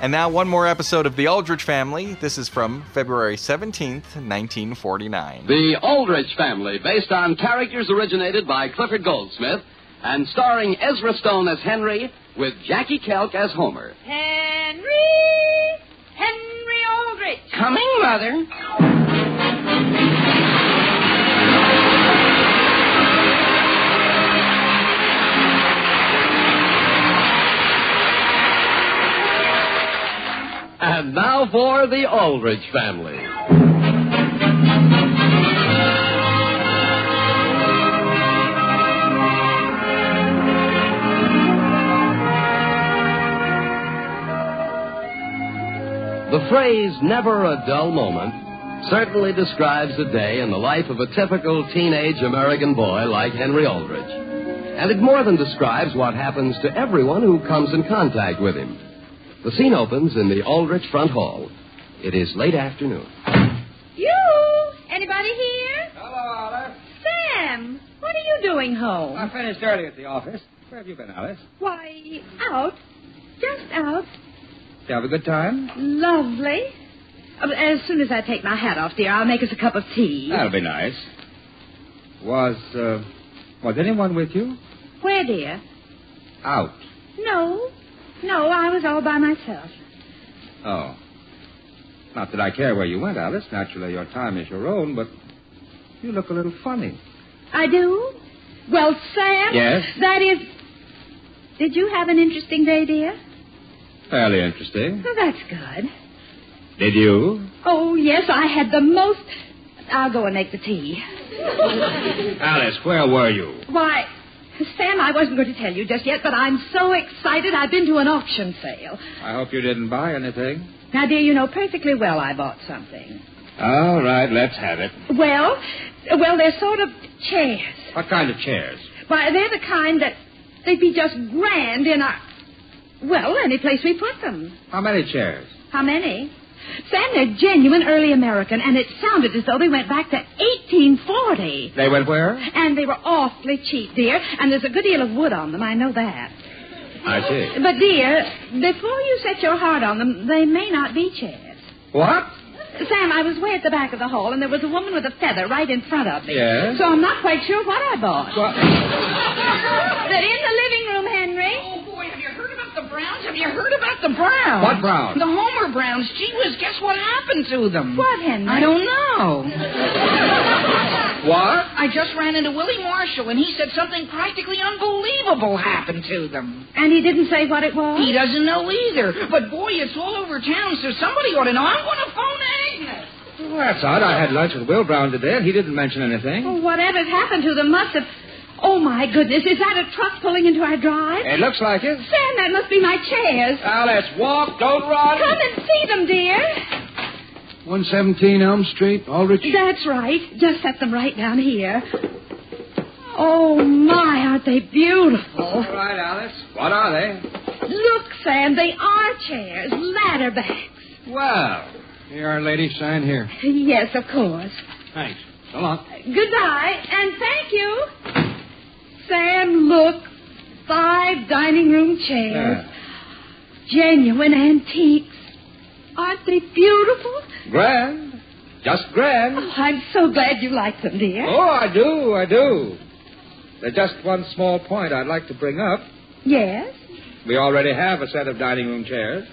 S2: And now, one more episode of The Aldrich Family. This is from February 17th, 1949.
S8: The Aldrich Family, based on characters originated by Clifford Goldsmith and starring Ezra Stone as Henry with Jackie Kelk as Homer.
S26: Henry! Henry
S17: oh,
S26: Aldrich!
S8: Coming, Mother. And now for the Aldrich Family. The phrase never a dull moment certainly describes a day in the life of a typical teenage American boy like Henry Aldrich. And it more than describes what happens to everyone who comes in contact with him. The scene opens in the Aldrich front hall.
S27: It is late afternoon.
S8: You? Anybody here?
S7: Hello, Olive.
S8: Sam, what are you doing home?
S7: I finished early at the office. Where have you been, Alice?
S8: Why, out. Just out.
S7: Did you have a good time?
S8: Lovely. Uh, As soon as I take my hat off, dear, I'll make us a cup of tea.
S7: That'll be nice. Was, uh, was anyone with you?
S8: Where, dear?
S7: Out.
S8: No. No, I was all by myself.
S7: Oh. Not that I care where you went, Alice. Naturally, your time is your own, but you look a little funny.
S8: I do? Well, Sam.
S7: Yes?
S8: That is. Did you have an interesting day, dear?
S7: Fairly interesting.
S8: Well, Oh, that's good.
S7: Did you?
S8: Oh, yes, I had the most. I'll go and make the tea.
S6: [LAUGHS]
S7: Alice, where were you?
S8: Why, Sam, I wasn't going to tell you just yet, but I'm so excited. I've been to an auction sale.
S7: I hope you didn't buy anything.
S8: Now, dear, you know perfectly well I bought something.
S7: All right, let's have it.
S8: Well, well, they're sort of chairs.
S7: What kind of chairs?
S8: Why, they're the kind that they'd be just grand in a. Well, any place we put them.
S7: How many chairs?
S8: How many? Sam, they're genuine early American, and it sounded as though they went back to 1840.
S7: They went where?
S8: And they were awfully cheap, dear, and there's a good deal of wood on them, I know that.
S7: I see.
S8: But, dear, before you set your heart on them, they may not be chairs.
S7: What?
S8: Sam, I was way at the back of the hall, and there was a woman with a feather right in front of me.
S7: Yes?
S8: So I'm not quite sure what I bought.
S7: What?
S8: [LAUGHS] They're in the living room, Henry.
S6: Oh, boy, have you heard about the Browns? Have you heard about the Browns?
S7: What Browns?
S6: The Homer Browns. Gee whiz, guess what happened to them?
S8: What, Henry?
S6: I don't know.
S7: What?
S6: I just ran into Willie Marshall, and he said something practically unbelievable happened to them.
S8: And he didn't say what it was?
S6: He doesn't know either. But, boy, it's all over town, so somebody ought to know. I'm going to phone Agnes.
S7: Well, that's odd. I had lunch with Will Brown today, and he didn't mention anything.
S8: Oh, whatever's happened to them must have. Oh, my goodness, is that a truck pulling into our
S6: Eh.
S8: drive?
S7: It looks like it.
S8: Sam, that must be my chairs.
S7: Alice, walk, don't run.
S8: Come and see them, dear.
S28: 117 Elm Street,
S6: Oh,
S28: Aldrich.
S8: That's right. Just set them right down here. Oh, my, aren't they beautiful?
S7: All right, Alice. What are they?
S8: Look, Sam, they are chairs, ladder backs.
S28: Well, here, our lady, sign here.
S8: Yes, of course.
S28: Thanks. So long.
S8: Goodbye, and thank you. Sam, look. Five dining room chairs. Genuine antiques. Aren't they beautiful?
S7: Grand. Uh, Just grand.
S8: Oh, I'm so glad you like them, dear.
S7: Oh, I do, I do. There's just one small point I'd like to bring up.
S8: Yes?
S7: We already have a set of dining room chairs.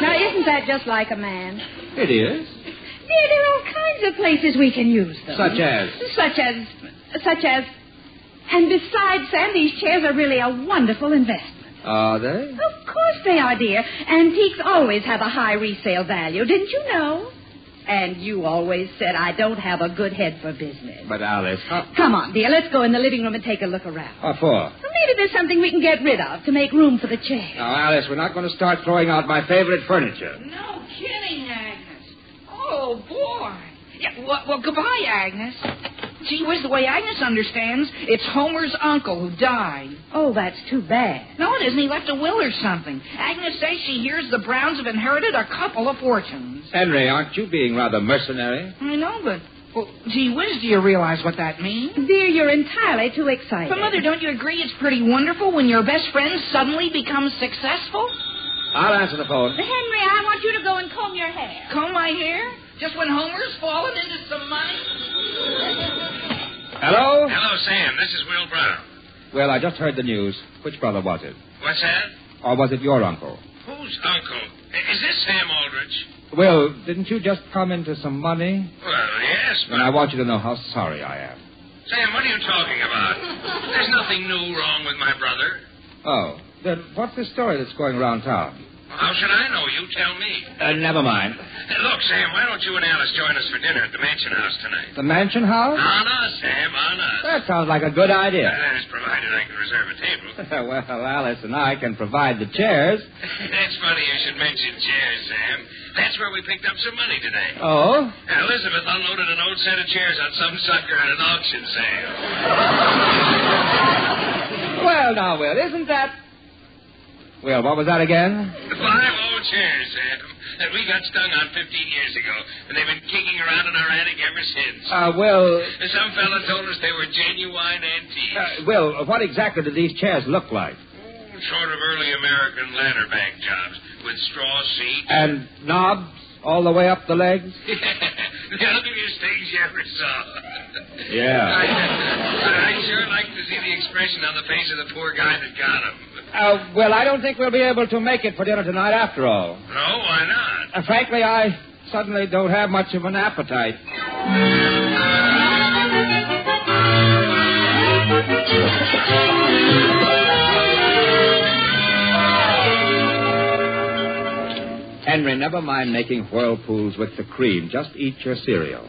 S8: Now, isn't that just like a man?
S7: It is.
S8: Dear, there are all kinds of places we can use them.
S7: Such as?
S8: Such as. Such as. And besides, Sam, these chairs are really a wonderful investment.
S7: Are they?
S8: Of course they are, dear. Antiques always have a high resale value, didn't you know? And you always said I don't have a good head for business.
S7: But Alice, how,
S8: Come on, dear, let's go in the living room and take a look around.
S7: how for?
S8: Well, maybe there's something we can get rid of to make room for the chair.
S7: Now, Alice, we're not going to start throwing out my favorite furniture.
S6: No kidding, Agnes. Oh, boy. Yeah, well, well, goodbye, Agnes. Gee whiz, the way Agnes understands, it's Homer's uncle who died.
S8: Oh, that's too bad.
S6: No, it isn't. He left a will or something. Agnes says she hears the Browns have inherited a couple of fortunes.
S7: Henry, aren't you being rather mercenary?
S6: I know, but. Well, gee whiz, do you realize what that means?
S8: Dear, you're entirely too excited.
S6: But, Mother, don't you agree it's pretty wonderful when your best friend suddenly becomes successful?
S7: I'll answer the phone.
S29: Henry, I want you to go and
S8: [LAUGHS]
S29: comb your hair.
S6: Comb my hair? Just when Homer's fallen into some money?
S7: Hello?
S9: Hello, Sam. This is Will Brown.
S7: Well, I just heard the news. Which brother was it?
S9: What's that?
S7: Or was it your uncle?
S9: Who's uncle? I- Is this Sam Aldrich?
S7: Will, didn't you just come into some money?
S9: Well, yes,
S7: Then I want you to know how sorry I am.
S9: Sam, what are you talking about? There's nothing new wrong with my brother.
S7: Oh, then what's the story that's going around town?
S9: How should I know? You tell me.
S7: Uh, never mind.
S9: Hey, look, Sam, why don't you and Alice join us for dinner at the Mansion House tonight?
S7: The mansion house?
S9: On us, Sam, on us.
S7: That sounds like a good idea.
S9: Uh, that is provided I can reserve a table.
S7: [LAUGHS] well, Alice and I can provide the chairs.
S9: That's funny you should mention chairs, Sam. That's where we picked up some money today.
S7: Oh?
S9: Elizabeth unloaded an old set of chairs on some sucker at an auction sale.
S7: [LAUGHS] Well, now, Will, isn't that. Will, what was that again?
S9: Five old chairs, Sam. that we got stung on 15 years ago, and they've been kicking around in our attic ever since.
S7: Uh, well-
S9: Some fella told us they were genuine antiques.
S7: Uh, well, what exactly do these chairs look like?
S9: Sort of early American ladder bank jobs with straw seats.
S7: And knobs all the way up the legs?
S9: [LAUGHS] the ugliest things you ever saw. I,
S7: Yeah.
S9: I'd sure like to see the expression on the face of the poor guy that got them.
S7: Uh, well, I don't think we'll be able to make it for dinner tonight after all.
S9: No, why not?
S7: Uh, frankly, I suddenly don't have much of an appetite. Henry, never mind making whirlpools with the cream. Just eat your cereal.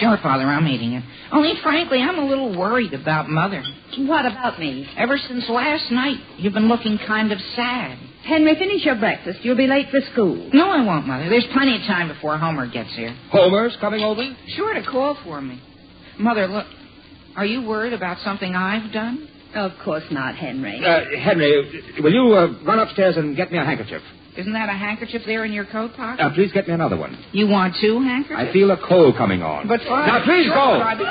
S6: Sure, Father, I'm eating it. Only, frankly, I'm a little worried about Mother.
S1: What about me?
S6: Ever since last night, you've been looking kind of sad.
S1: Henry, finish your breakfast. You'll be late for school.
S6: No, I won't, Mother. There's plenty of time before Homer gets
S8: [LAUGHS]
S6: here.
S7: Homer's coming over?
S6: Sure to call for me. Mother, look, are you worried about something I've done?
S1: Of course not, Henry.
S7: Uh, Henry, will you uh, run upstairs and get me a handkerchief?
S6: Isn't that a handkerchief there in your coat pocket?
S7: Uh, please get me another one.
S6: you want two handkerchiefs?
S7: I feel a cold coming on.
S6: But Father,
S7: now, please
S6: sure,
S7: go.
S6: Father.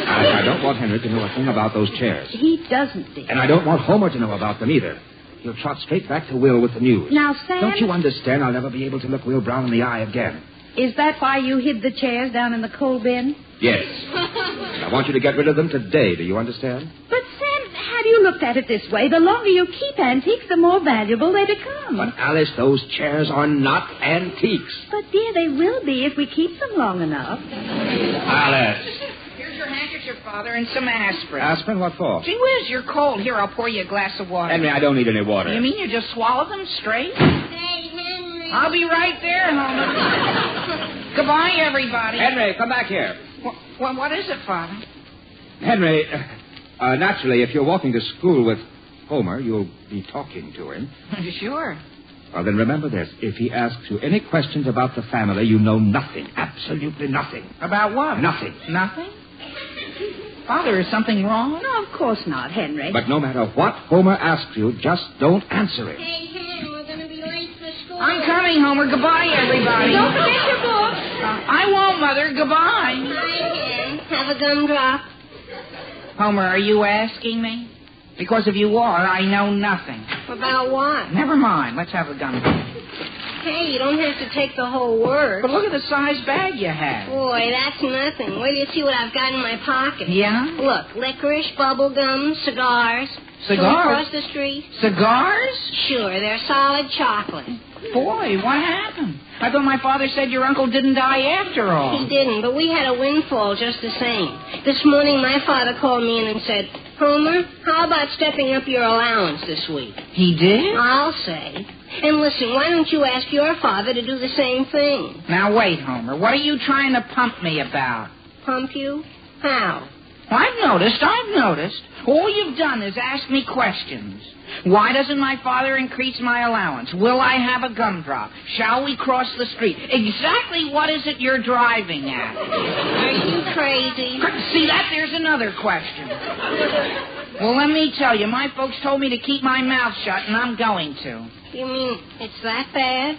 S7: I, I don't want Henry to know a thing about those chairs.
S1: He doesn't, dear.
S7: And I don't want Homer to know about them either. He'll trot straight back to Will with the news.
S1: Now, Sam,
S7: Don't you understand? I'll never be able to look Will Brown in the eye again.
S1: is that why you hid the chairs down in the coal bin?
S6: [LAUGHS]
S7: Yes. And I want you to get rid of them today. Do you understand?
S1: But, Sam, have you looked at it this way? The longer you keep antiques, the more valuable they
S6: Hmm.
S1: become.
S7: But, Alice, those chairs are not antiques.
S1: But, dear, they will be if we keep them long enough.
S7: Alice.
S6: Here's your handkerchief, Father, and some aspirin.
S7: Aspirin, what for?
S6: Gee whiz, you're cold. Here, I'll pour you a glass of water.
S7: Henry, I don't need any water.
S6: You mean you just swallow them straight? Hey, Henry. I'll be right there, Homer.
S1: [LAUGHS]
S6: Goodbye, everybody.
S7: Henry, come back here.
S6: Wh- wh- what is it, Father? [LAUGHS]
S7: Henry, uh, naturally, if you're walking to school with Homer, you'll be talking to him.
S6: sure.
S7: Well, then remember this. If he asks you any questions about the family, you know nothing. Absolutely nothing.
S6: About what?
S7: Nothing.
S6: Nothing? Father, is something wrong?
S1: No, of course not, Henry.
S7: But no matter what Homer asks you, just don't answer it.
S30: Hey, Hen, we're going to be late for school.
S6: I'm coming, Homer. Goodbye, everybody. Uh,
S30: Don't forget your books.
S6: I won't, Mother. Goodbye.
S30: Hi, Hen. Have a gumdrop.
S6: Homer, are you asking me? Because if you are, I know nothing.
S1: About what?
S6: Never mind. Let's have a gun.
S1: Hey, you don't have to take the whole word.
S6: But look at the size bag you have.
S1: Boy, that's nothing. Wait till you see what I've got in my pocket.
S6: Yeah?
S1: Look, licorice, bubble gum, cigars. From
S6: Cigars?
S1: Across the street.
S6: Cigars?
S1: Sure, they're solid chocolate.
S6: Boy, what happened? I thought my father said your uncle didn't die after
S1: He
S6: all.
S1: didn't, but we had a windfall just the same. This morning, my father called me in and said, Homer, how about stepping up your allowance this week?
S6: He did?
S1: I'll say. And listen, why don't you ask your father to do the same thing?
S6: Now, wait, Homer. What are you trying to pump me about?
S1: Pump you? How?
S6: Well, I've noticed. I've noticed. All you've done is ask me questions. Why doesn't my father increase my allowance? Will I have a gumdrop? Shall we cross the street? Exactly what is it you're driving at?
S1: Are you crazy?
S6: See that? There's another question. Well, let me tell you, my folks told me to keep my mouth shut, and I'm going to.
S1: You mean it's that bad?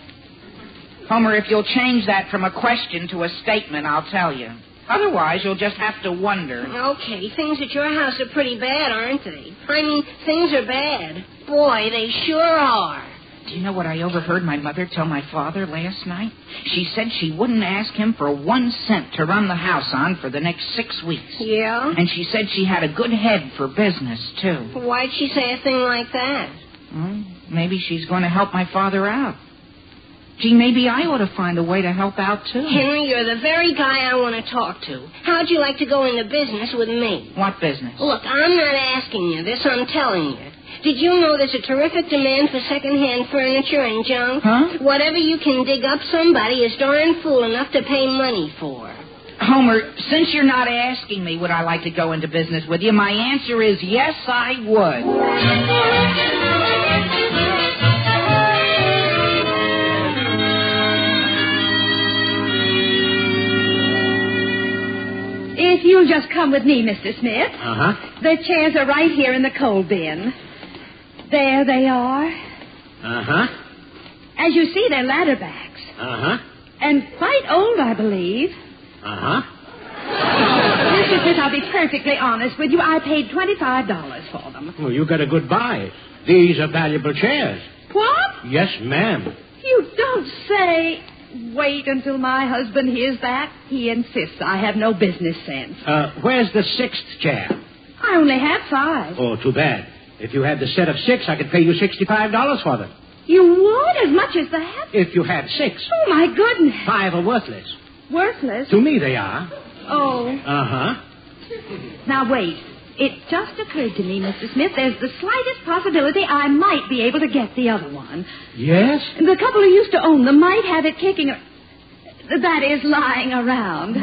S6: Homer, if you'll change that from a question to a statement, I'll tell you. Otherwise, you'll just have to wonder.
S1: Okay, things at your house are pretty bad, aren't they? I mean, things are bad. Boy, they sure are.
S6: Do you know what I overheard my mother tell my father last night? She said she wouldn't ask him for one cent to run the house on for the next six weeks.
S1: Yeah?
S6: And she said she had a good head for business, too.
S1: Why'd she say a thing like that?
S6: Well, maybe she's going to help my father out. Gee, maybe I ought to find a way to help out, too.
S1: Henry, you're the very guy I want to talk to. How'd you like to go into business with me?
S6: What business?
S1: Look, I'm not asking you this, I'm telling you. Did you know there's a terrific demand for second-hand furniture and junk?
S6: Huh?
S1: Whatever you can dig up, somebody is darn fool enough to pay money for.
S6: Homer, since you're not asking me would I like to go into business with you, my answer is yes, I would.
S8: If you'll just come with me, Mr. Smith.
S7: Uh
S9: Uh-huh.
S7: huh.
S8: The chairs are right
S9: Uh-huh.
S8: here in the coal bin. There they are.
S7: Uh huh.
S8: As you see, they're ladder backs.
S9: Uh huh.
S8: And quite old, I believe.
S9: Uh huh.
S8: Mr. Smith, I'll be perfectly honest with you. I paid $25 for them.
S9: Well, you got a good buy. These are valuable chairs.
S8: What?
S9: Yes, ma'am.
S8: You don't say. Wait until my husband hears that. He insists I have no business sense.
S9: Uh, where's the sixth chair?
S8: I only have five.
S9: Oh, too bad. If you had the set of six, I could pay you $65 for them.
S8: You would as much as that?
S9: If you had six.
S8: Oh, my goodness.
S9: Five are worthless.
S8: Worthless.
S9: To me, they are.
S8: Oh.
S9: Uh huh.
S8: Now, wait. It just occurred to me, Mr. Smith, there's the slightest possibility I might be able to get the other one.
S9: Yes?
S8: The couple who used to own them might have it kicking. That is,
S6: [LAUGHS]
S8: lying around.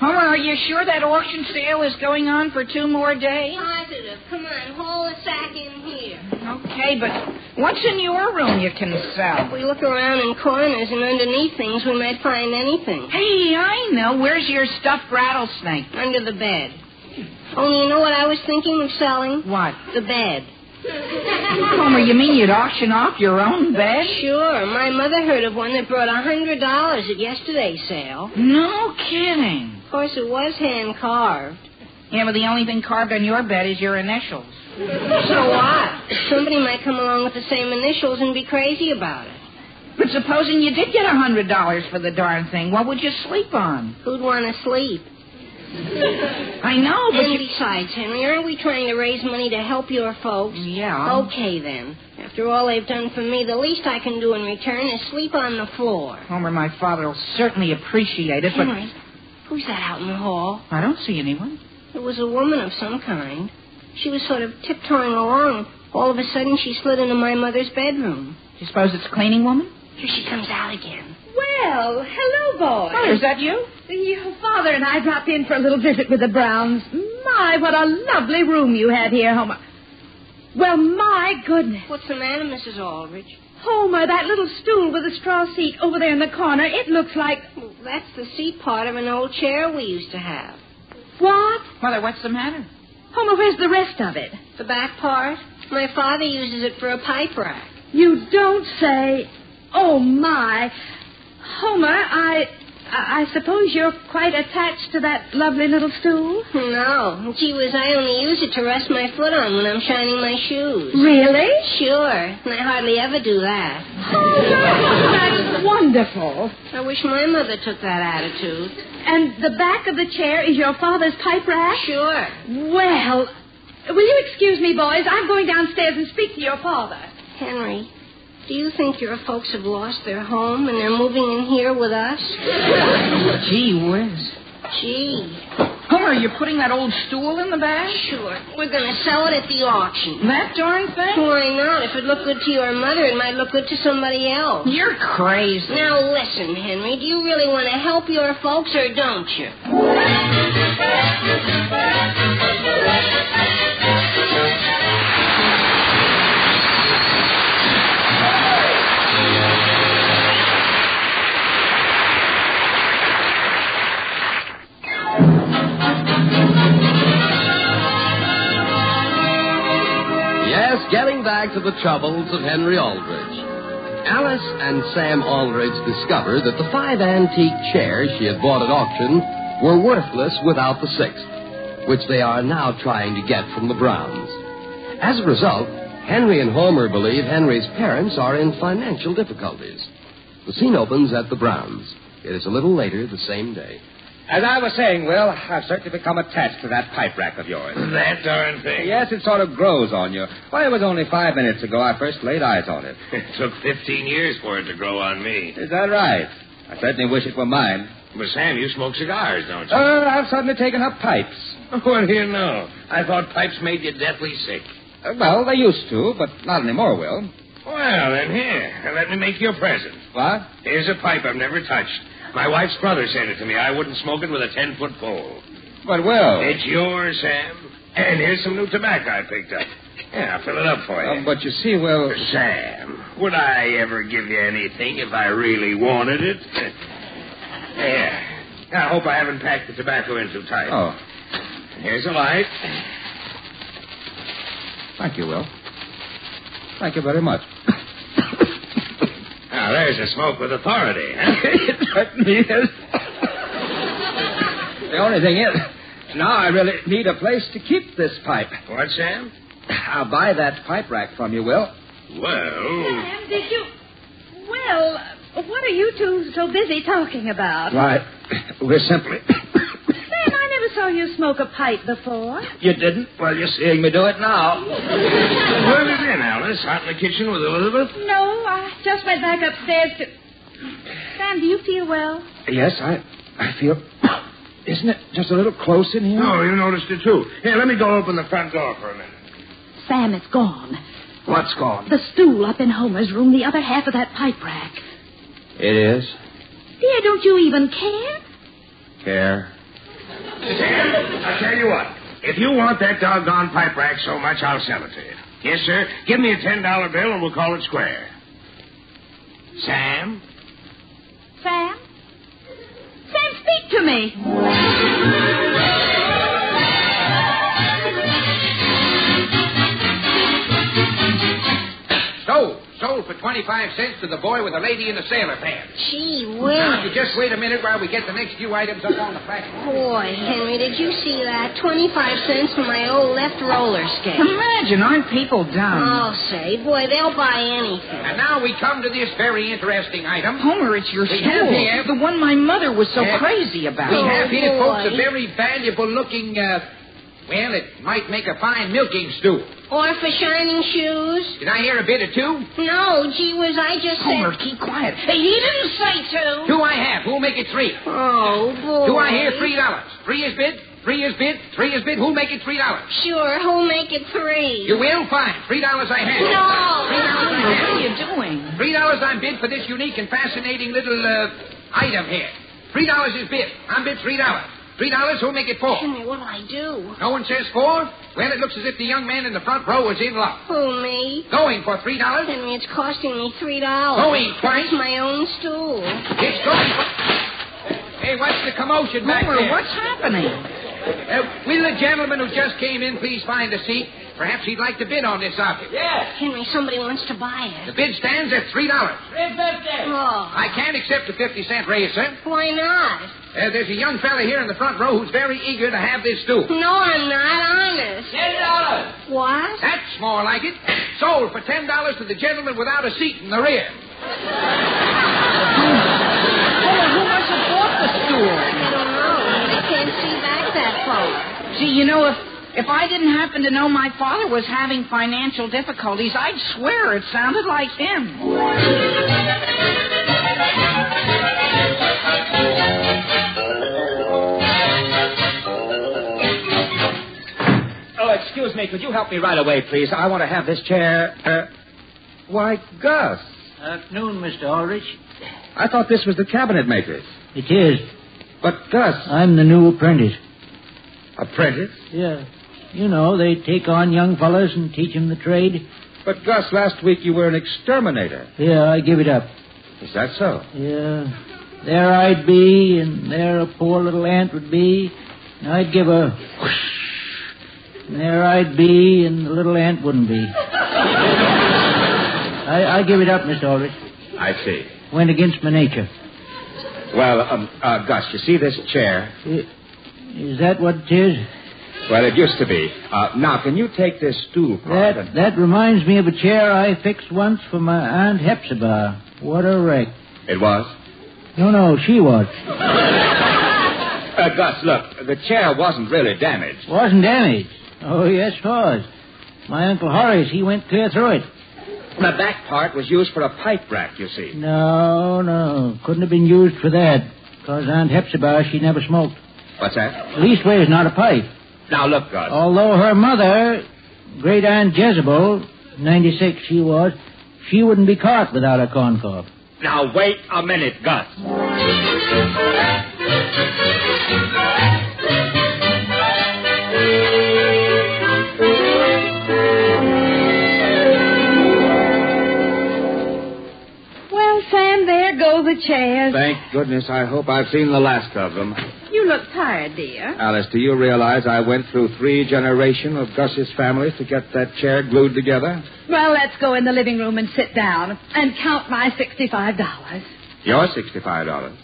S6: Homer, are you sure that auction sale is going on for two more days?
S1: Positive. Come on, haul the sack in here.
S6: Okay, but what's in your room you can
S1: If
S6: sell?
S1: we look around in corners and underneath things, we might find anything.
S6: Hey, I know. Where's your stuffed rattlesnake?
S1: Under the bed. Only you know what I was thinking of selling?
S6: What?
S1: The bed.
S6: Homer, you mean you'd auction off your own bed?
S1: Sure. My mother heard of one that brought a hundred dollars at yesterday's sale.
S6: No kidding.
S1: Of course, it was hand carved.
S6: Yeah, but the only thing carved on your bed is your initials.
S1: So what? Somebody might come along with the same initials and be crazy about it.
S6: But supposing you did get a hundred dollars for the darn thing, what would you sleep on?
S1: Who'd want to sleep?
S6: I know, but
S1: and
S6: you...
S1: besides, Henry, aren't we trying to raise money to help your folks?
S6: yeah.
S1: Okay, then. After all they've done for me, the least I can do in return is sleep on the floor.
S6: Homer, my father will certainly appreciate it, but
S1: Henry, who's that out in the hall?
S6: I don't see anyone.
S1: It was a woman of some kind. She was sort of tiptoeing along. All of a sudden, she slid into my mother's bedroom.
S6: You suppose it's a cleaning woman?
S1: Here she comes out again.
S8: Well, hello, boy.
S6: Mother, Oh, is that you?
S8: Your father and I dropped in for a little visit with the Browns. My, what a lovely room you have here, Homer. Well, my goodness.
S1: What's the matter, Mrs. Aldrich?
S8: Homer, that little stool with the straw seat over there in the corner, it looks like.
S1: Well, that's the seat part of an old chair we used to have.
S8: What?
S6: Mother, what's the matter?
S8: Homer, where's the rest of it?
S1: The back part? My father uses it for a pipe rack.
S8: You don't say. Oh, my. Homer, I. I I suppose you're quite attached to that lovely little stool?
S1: No. Gee whiz, I only use it to rest my foot on when I'm shining my shoes.
S8: Really?
S1: Sure. And I hardly ever do that.
S8: That's Oh, wonderful.
S1: I wish my mother took that attitude.
S8: And the back of the chair is your father's pipe rack?
S1: Sure.
S8: Well, will you excuse me, boys? I'm going downstairs and speak to your father.
S1: Henry, do you think your folks have lost their home and they're moving in here with us?
S6: Gee whiz.
S1: Gee.
S6: Homer, you're putting that old stool in the bag?
S1: Sure. We're going to sell it at the auction.
S6: That darn thing?
S1: Why not? If it looked good to your mother, it might look good to somebody else.
S6: You're crazy.
S1: Now listen, Henry. Do you really want to help your folks or don't you?
S5: Yes, getting back to the troubles of Henry Aldrich. Alice and Sam Aldrich discovered that the five antique chairs she had bought at auction were worthless without the sixth, which they are now trying to get from the Browns. As a result, Henry and Homer believe Henry's parents are in financial difficulties. The scene opens at the Browns. It is a little later the same day.
S31: As I was saying, Will, I've certainly become attached to that pipe rack of yours.
S9: That darn thing.
S31: Yes, it sort of grows on you. Why, it was only five minutes ago I first laid eyes on
S32: [LAUGHS]
S31: it.
S32: It took 15 years for it to grow on me.
S31: Is that right? I certainly wish it were mine.
S32: But Sam, you smoke cigars, don't you?
S31: Oh, I've suddenly taken up pipes.
S32: Uh, [LAUGHS] what do you know? I thought pipes made you deathly sick.
S31: Uh, Well, they used to, but not anymore, Will.
S32: Well, then here, let me make you a present.
S31: What?
S32: Here's a pipe I've never touched. My wife's brother sent it to me. I wouldn't smoke it with a ten foot pole.
S31: But, Will.
S32: It's yours, Sam. And here's some new tobacco I picked up. Yeah, I'll fill it up for you.
S31: Uh, but you see, Will.
S32: Sam, would [LAUGHS] I ever give you anything if I really wanted it? there.
S9: I hope I haven't packed the tobacco in too tight.
S7: Oh.
S9: Here's a light.
S7: Thank you, Will. Thank you very much.
S32: Ah,
S9: Now, there's a smoke with authority. Huh?
S7: The only thing is, now I really need a place to keep this pipe.
S9: what, Sam?
S7: I'll buy that pipe rack from you, Will.
S9: Well,
S33: Sam, did you. Well, what are you two so busy talking about?
S7: Why, we're simply.
S33: Sam, I never saw you smoke a pipe before.
S7: [COUGHS] You didn't? Well, you're seeing me do it now.
S9: where have you been, Alice? Out in the kitchen with Elizabeth?
S33: No, I just went back upstairs to. Sam, do you feel well?
S7: Yes, I, I feel. Isn't it just a little close in here?
S9: No, you noticed it too. Here, let me go open the front door for a minute.
S34: Sam, it's gone.
S7: What's gone?
S34: The stool up in Homer's room, the other half of that pipe rack.
S7: It is.
S34: Dear, don't you even care?
S7: Care.
S9: Sam, I'll tell you what. If you want that doggone pipe rack so much, I'll sell it to you. Yes, sir. Give me a ten dollar bill and we'll call it square. Sam?
S33: Sam? Sam, speak to me.
S8: Sold. Sold for 25 cents to the boy with a lady in a sailor pants.
S1: Gee
S8: Now,
S1: whiz.
S8: you just wait a minute while we get the next few items up on the platform.
S1: Boy, Henry, did you see that? 25 cents for my old left roller skate.
S6: Imagine, aren't people dumb?
S1: Oh, say, boy, they'll buy anything.
S8: And now we come to this very interesting item.
S6: Homer, it's your
S8: We
S6: stool.
S8: have here-
S6: The one my mother was so
S8: Yeah.
S6: crazy about.
S8: We have here,
S6: Oh, boy.
S8: folks, a very valuable looking, uh, well, it might make a fine milking stew.
S1: Or for shining shoes.
S8: Did I hear a bit of two?
S1: No, gee whiz, I just
S8: Homer,
S1: said...
S8: keep quiet.
S1: Hey, he didn't say to.
S8: Two I have. Who'll make it three?
S1: Oh, boy.
S8: Two I hear, three dollars. Three is bid, three is bid, three is bid. Who'll make it three dollars?
S1: Sure, who'll make it three?
S8: You will? Fine. Three dollars I have.
S1: No.
S8: Three dollars I
S6: What
S8: have.
S6: are you doing?
S8: Three dollars I'm bid for this unique and fascinating little uh, item here. Three dollars is bid. I'm bid three dollars. Three dollars, who'll make it four?
S1: Henry, what'll I do?
S8: No one says four? Well, it looks as if the young man in the front row was in luck.
S1: Who, me?
S8: Going for three dollars.
S1: Henry, it's costing me three dollars.
S8: Going twice.
S1: That's my own stool.
S8: It's going for... Hey, what's the commotion back
S6: Homer,
S8: there?
S6: what's happening?
S8: Uh, will the gentleman who just came in please find a seat? Perhaps he'd like to bid on this object. Yes.
S1: Henry, somebody wants to buy it.
S8: The bid stands at three dollars.
S1: Oh,
S8: I can't accept a fifty cent raise, sir.
S1: why not?
S8: Uh, there's a young fella here in the front row who's very eager to have this stew.
S1: No, I'm not honest.
S8: Ten dollars.
S1: What?
S8: That's more like it. Sold for ten dollars to the gentleman without a seat in the rear.
S6: Homer, who must have bought the stool?
S1: I don't know. I can't see back that far.
S6: Gee, you know, if if I didn't happen to know my father was having financial difficulties, I'd swear it sounded like him.
S7: Oh, excuse me. Could you help me right away, please? I want to have this chair. Uh, why, Gus.
S35: Afternoon, Mr. Ulrich.
S7: I thought this was the cabinet maker's.
S35: It is.
S7: But, Gus.
S35: I'm the new apprentice.
S7: Apprentice?
S35: Yeah. You know, they take on young fellas and teach 'em the trade.
S7: But, Gus, last week you were an exterminator.
S35: Yeah, I give it up.
S7: Is that so?
S35: Yeah. Uh, There I'd be, and there a poor little ant would be, and I'd give a whoosh. And there I'd be, and the little ant wouldn't be. I, I give it up, Mr. Ulrich.
S7: I see.
S35: Went against my nature.
S7: Well, um, uh, Gus, you see this chair?
S35: I- Is that what it is?
S7: Well, it used to be. Uh, now, can you take this stool card
S35: That, that reminds me of a chair I fixed once for my Aunt Hepzibah. What a wreck.
S7: It was.
S35: No, no, she was.
S7: Uh, Gus, look, the chair wasn't really damaged.
S35: Wasn't damaged. Oh, yes, was. My Uncle Horace, he went clear through it.
S7: The back part was used for a pipe rack, you see.
S35: No, no, couldn't have been used for that. Because Aunt Hepzibah, she never smoked.
S7: What's that?
S35: Leastways, not a pipe.
S7: Now, look, Gus.
S35: Although her mother, Great Aunt Jezebel, 96 she was, she wouldn't be caught without a corn cob.
S7: Now, wait a minute, Gus.
S33: Well, Sam, there
S8: there go the chairs.
S7: Thank goodness. I hope I've seen the last of them.
S8: You look tired, dear.
S7: Alice, do you realize I went through three generations of Gus's families to get that chair glued together?
S8: Well, let's go in the living room and sit down and count my $65.
S7: Your $65.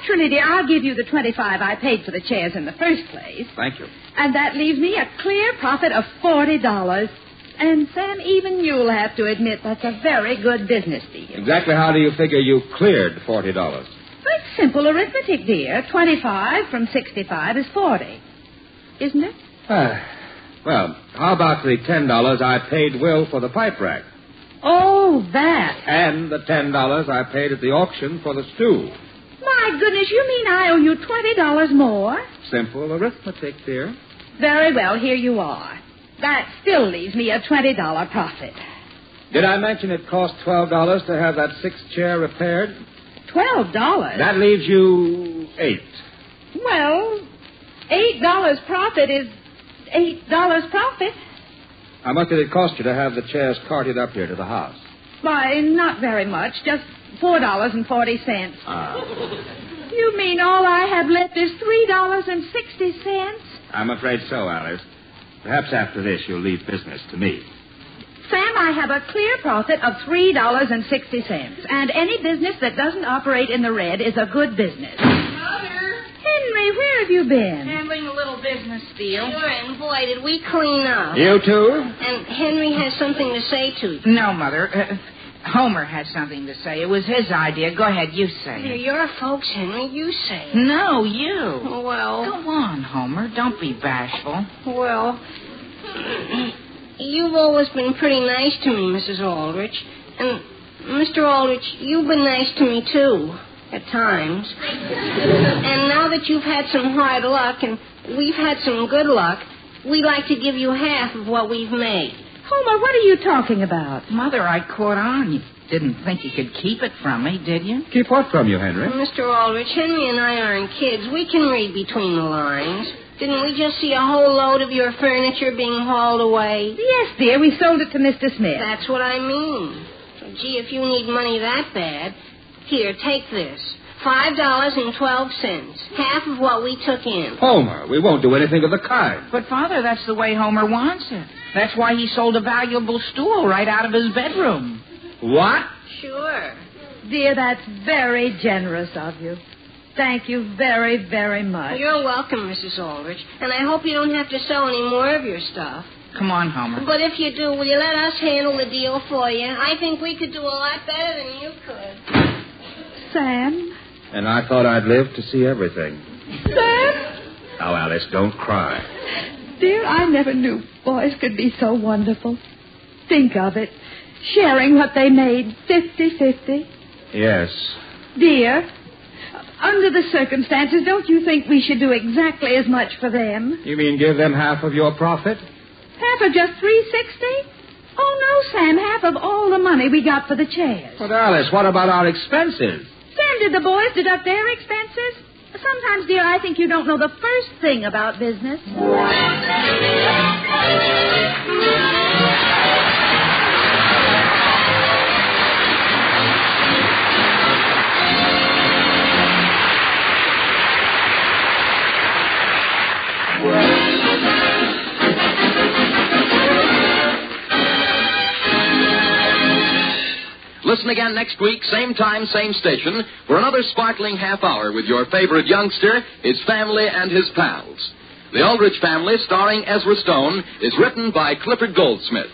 S8: Naturally, dear, I'll give you the 25 I paid for the chairs in the first place.
S7: Thank you.
S8: And that leaves me a clear profit of $40. And, Sam, even you'll have to admit that's a very good business deal.
S7: Exactly how do you figure you cleared $40?
S8: That's simple arithmetic, dear. 25 from 65 is 40. Isn't it?
S7: Ah, well, how about the $10 I paid Will for the pipe rack?
S8: Oh, that.
S7: And the $10 I paid at the auction for the stew?
S8: My goodness, you mean I owe you $20 more?
S7: Simple arithmetic, dear.
S8: Very well, here you are. That still leaves me a $20 profit.
S7: Did I mention it cost $12 to have that sixth chair repaired?
S8: $12?
S7: That leaves you eight.
S8: Well, $8 profit is $8 profit.
S7: How much did it cost you to have the chairs carted up here to the house?
S8: Why, not very much, just $4.40.
S7: Ah.
S8: You mean all I have left is $3.60?
S7: I'm afraid so, Alice. Perhaps after this you'll leave business to me.
S8: Sam, I have a clear profit of $3.60, and any business that doesn't operate in the red is a good business.
S36: Mother,
S8: Henry, where have you been?
S36: handling a little business deal.
S1: Sure, and boy, did we clean up.
S7: You too?
S1: And Henry has something to say to you.
S6: No, Mother. Uh, Homer has something to say. It was his idea. Go ahead, you say
S1: They're
S6: it.
S1: your folks, Henry. You say it.
S6: No, you.
S1: Well,
S6: Go on, Homer. Don't be bashful.
S1: well, you've always been pretty nice to me, Mrs. Aldrich. And, Mr. Aldrich, you've been nice to me, too, at times. and now that you've had some hard luck and we've had some good luck, we'd like to give you half of what we've made.
S8: Homer, what are you talking about?
S6: Mother, I caught on. You didn't think you could keep it from me, did you?
S7: Keep what from you, Henry?
S1: Mr. Aldrich, Henry and I aren't kids. We can read between the lines. Didn't we just see a whole load of your furniture being hauled away?
S8: Yes, dear, we sold it to Mr. Smith.
S1: That's what I mean. Gee, if you need money that bad, here, take this. Five dollars and twelve cents. Half of what we took in.
S7: Homer, we won't do anything of the kind.
S6: But, Father, that's the way Homer wants it. That's why he sold a valuable stool right out of his bedroom.
S7: What?
S1: Sure.
S8: Dear, that's very generous of you. Thank you very, very much.
S1: You're welcome, Mrs. Aldrich. And I hope you don't have to sell any more of your stuff.
S6: Come on, Homer.
S1: But if you do, will you let us handle the deal for you? I think we could do a lot better than you could.
S8: Sam?
S7: And I thought I'd live to see everything.
S8: Sam?
S7: Now, Alice, don't cry.
S8: Dear, I never knew boys could be so wonderful. Think of it. Sharing what they made fifty-fifty.
S7: Yes.
S8: Dear, under the circumstances, don't you think we should do exactly as much for them?
S7: You mean give them half of your profit?
S8: Half of just 360? Oh, no, Sam, half of all the money we got for the chairs.
S7: But, uh, Alice, what about our expenses?
S8: Sam, did the boys deduct their expenses? Sometimes, dear, I think you don't know the first thing about business.
S37: Listen again next week, same time, same station, for another sparkling half hour with your favorite youngster, his family, and his pals. The Aldrich Family, starring Ezra Stone, is written by Clifford Goldsmith.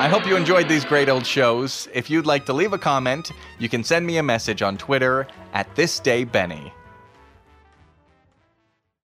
S2: I hope you enjoyed these great old shows. If you'd like to leave a comment, you can send me a message on Twitter at thisdaybenny.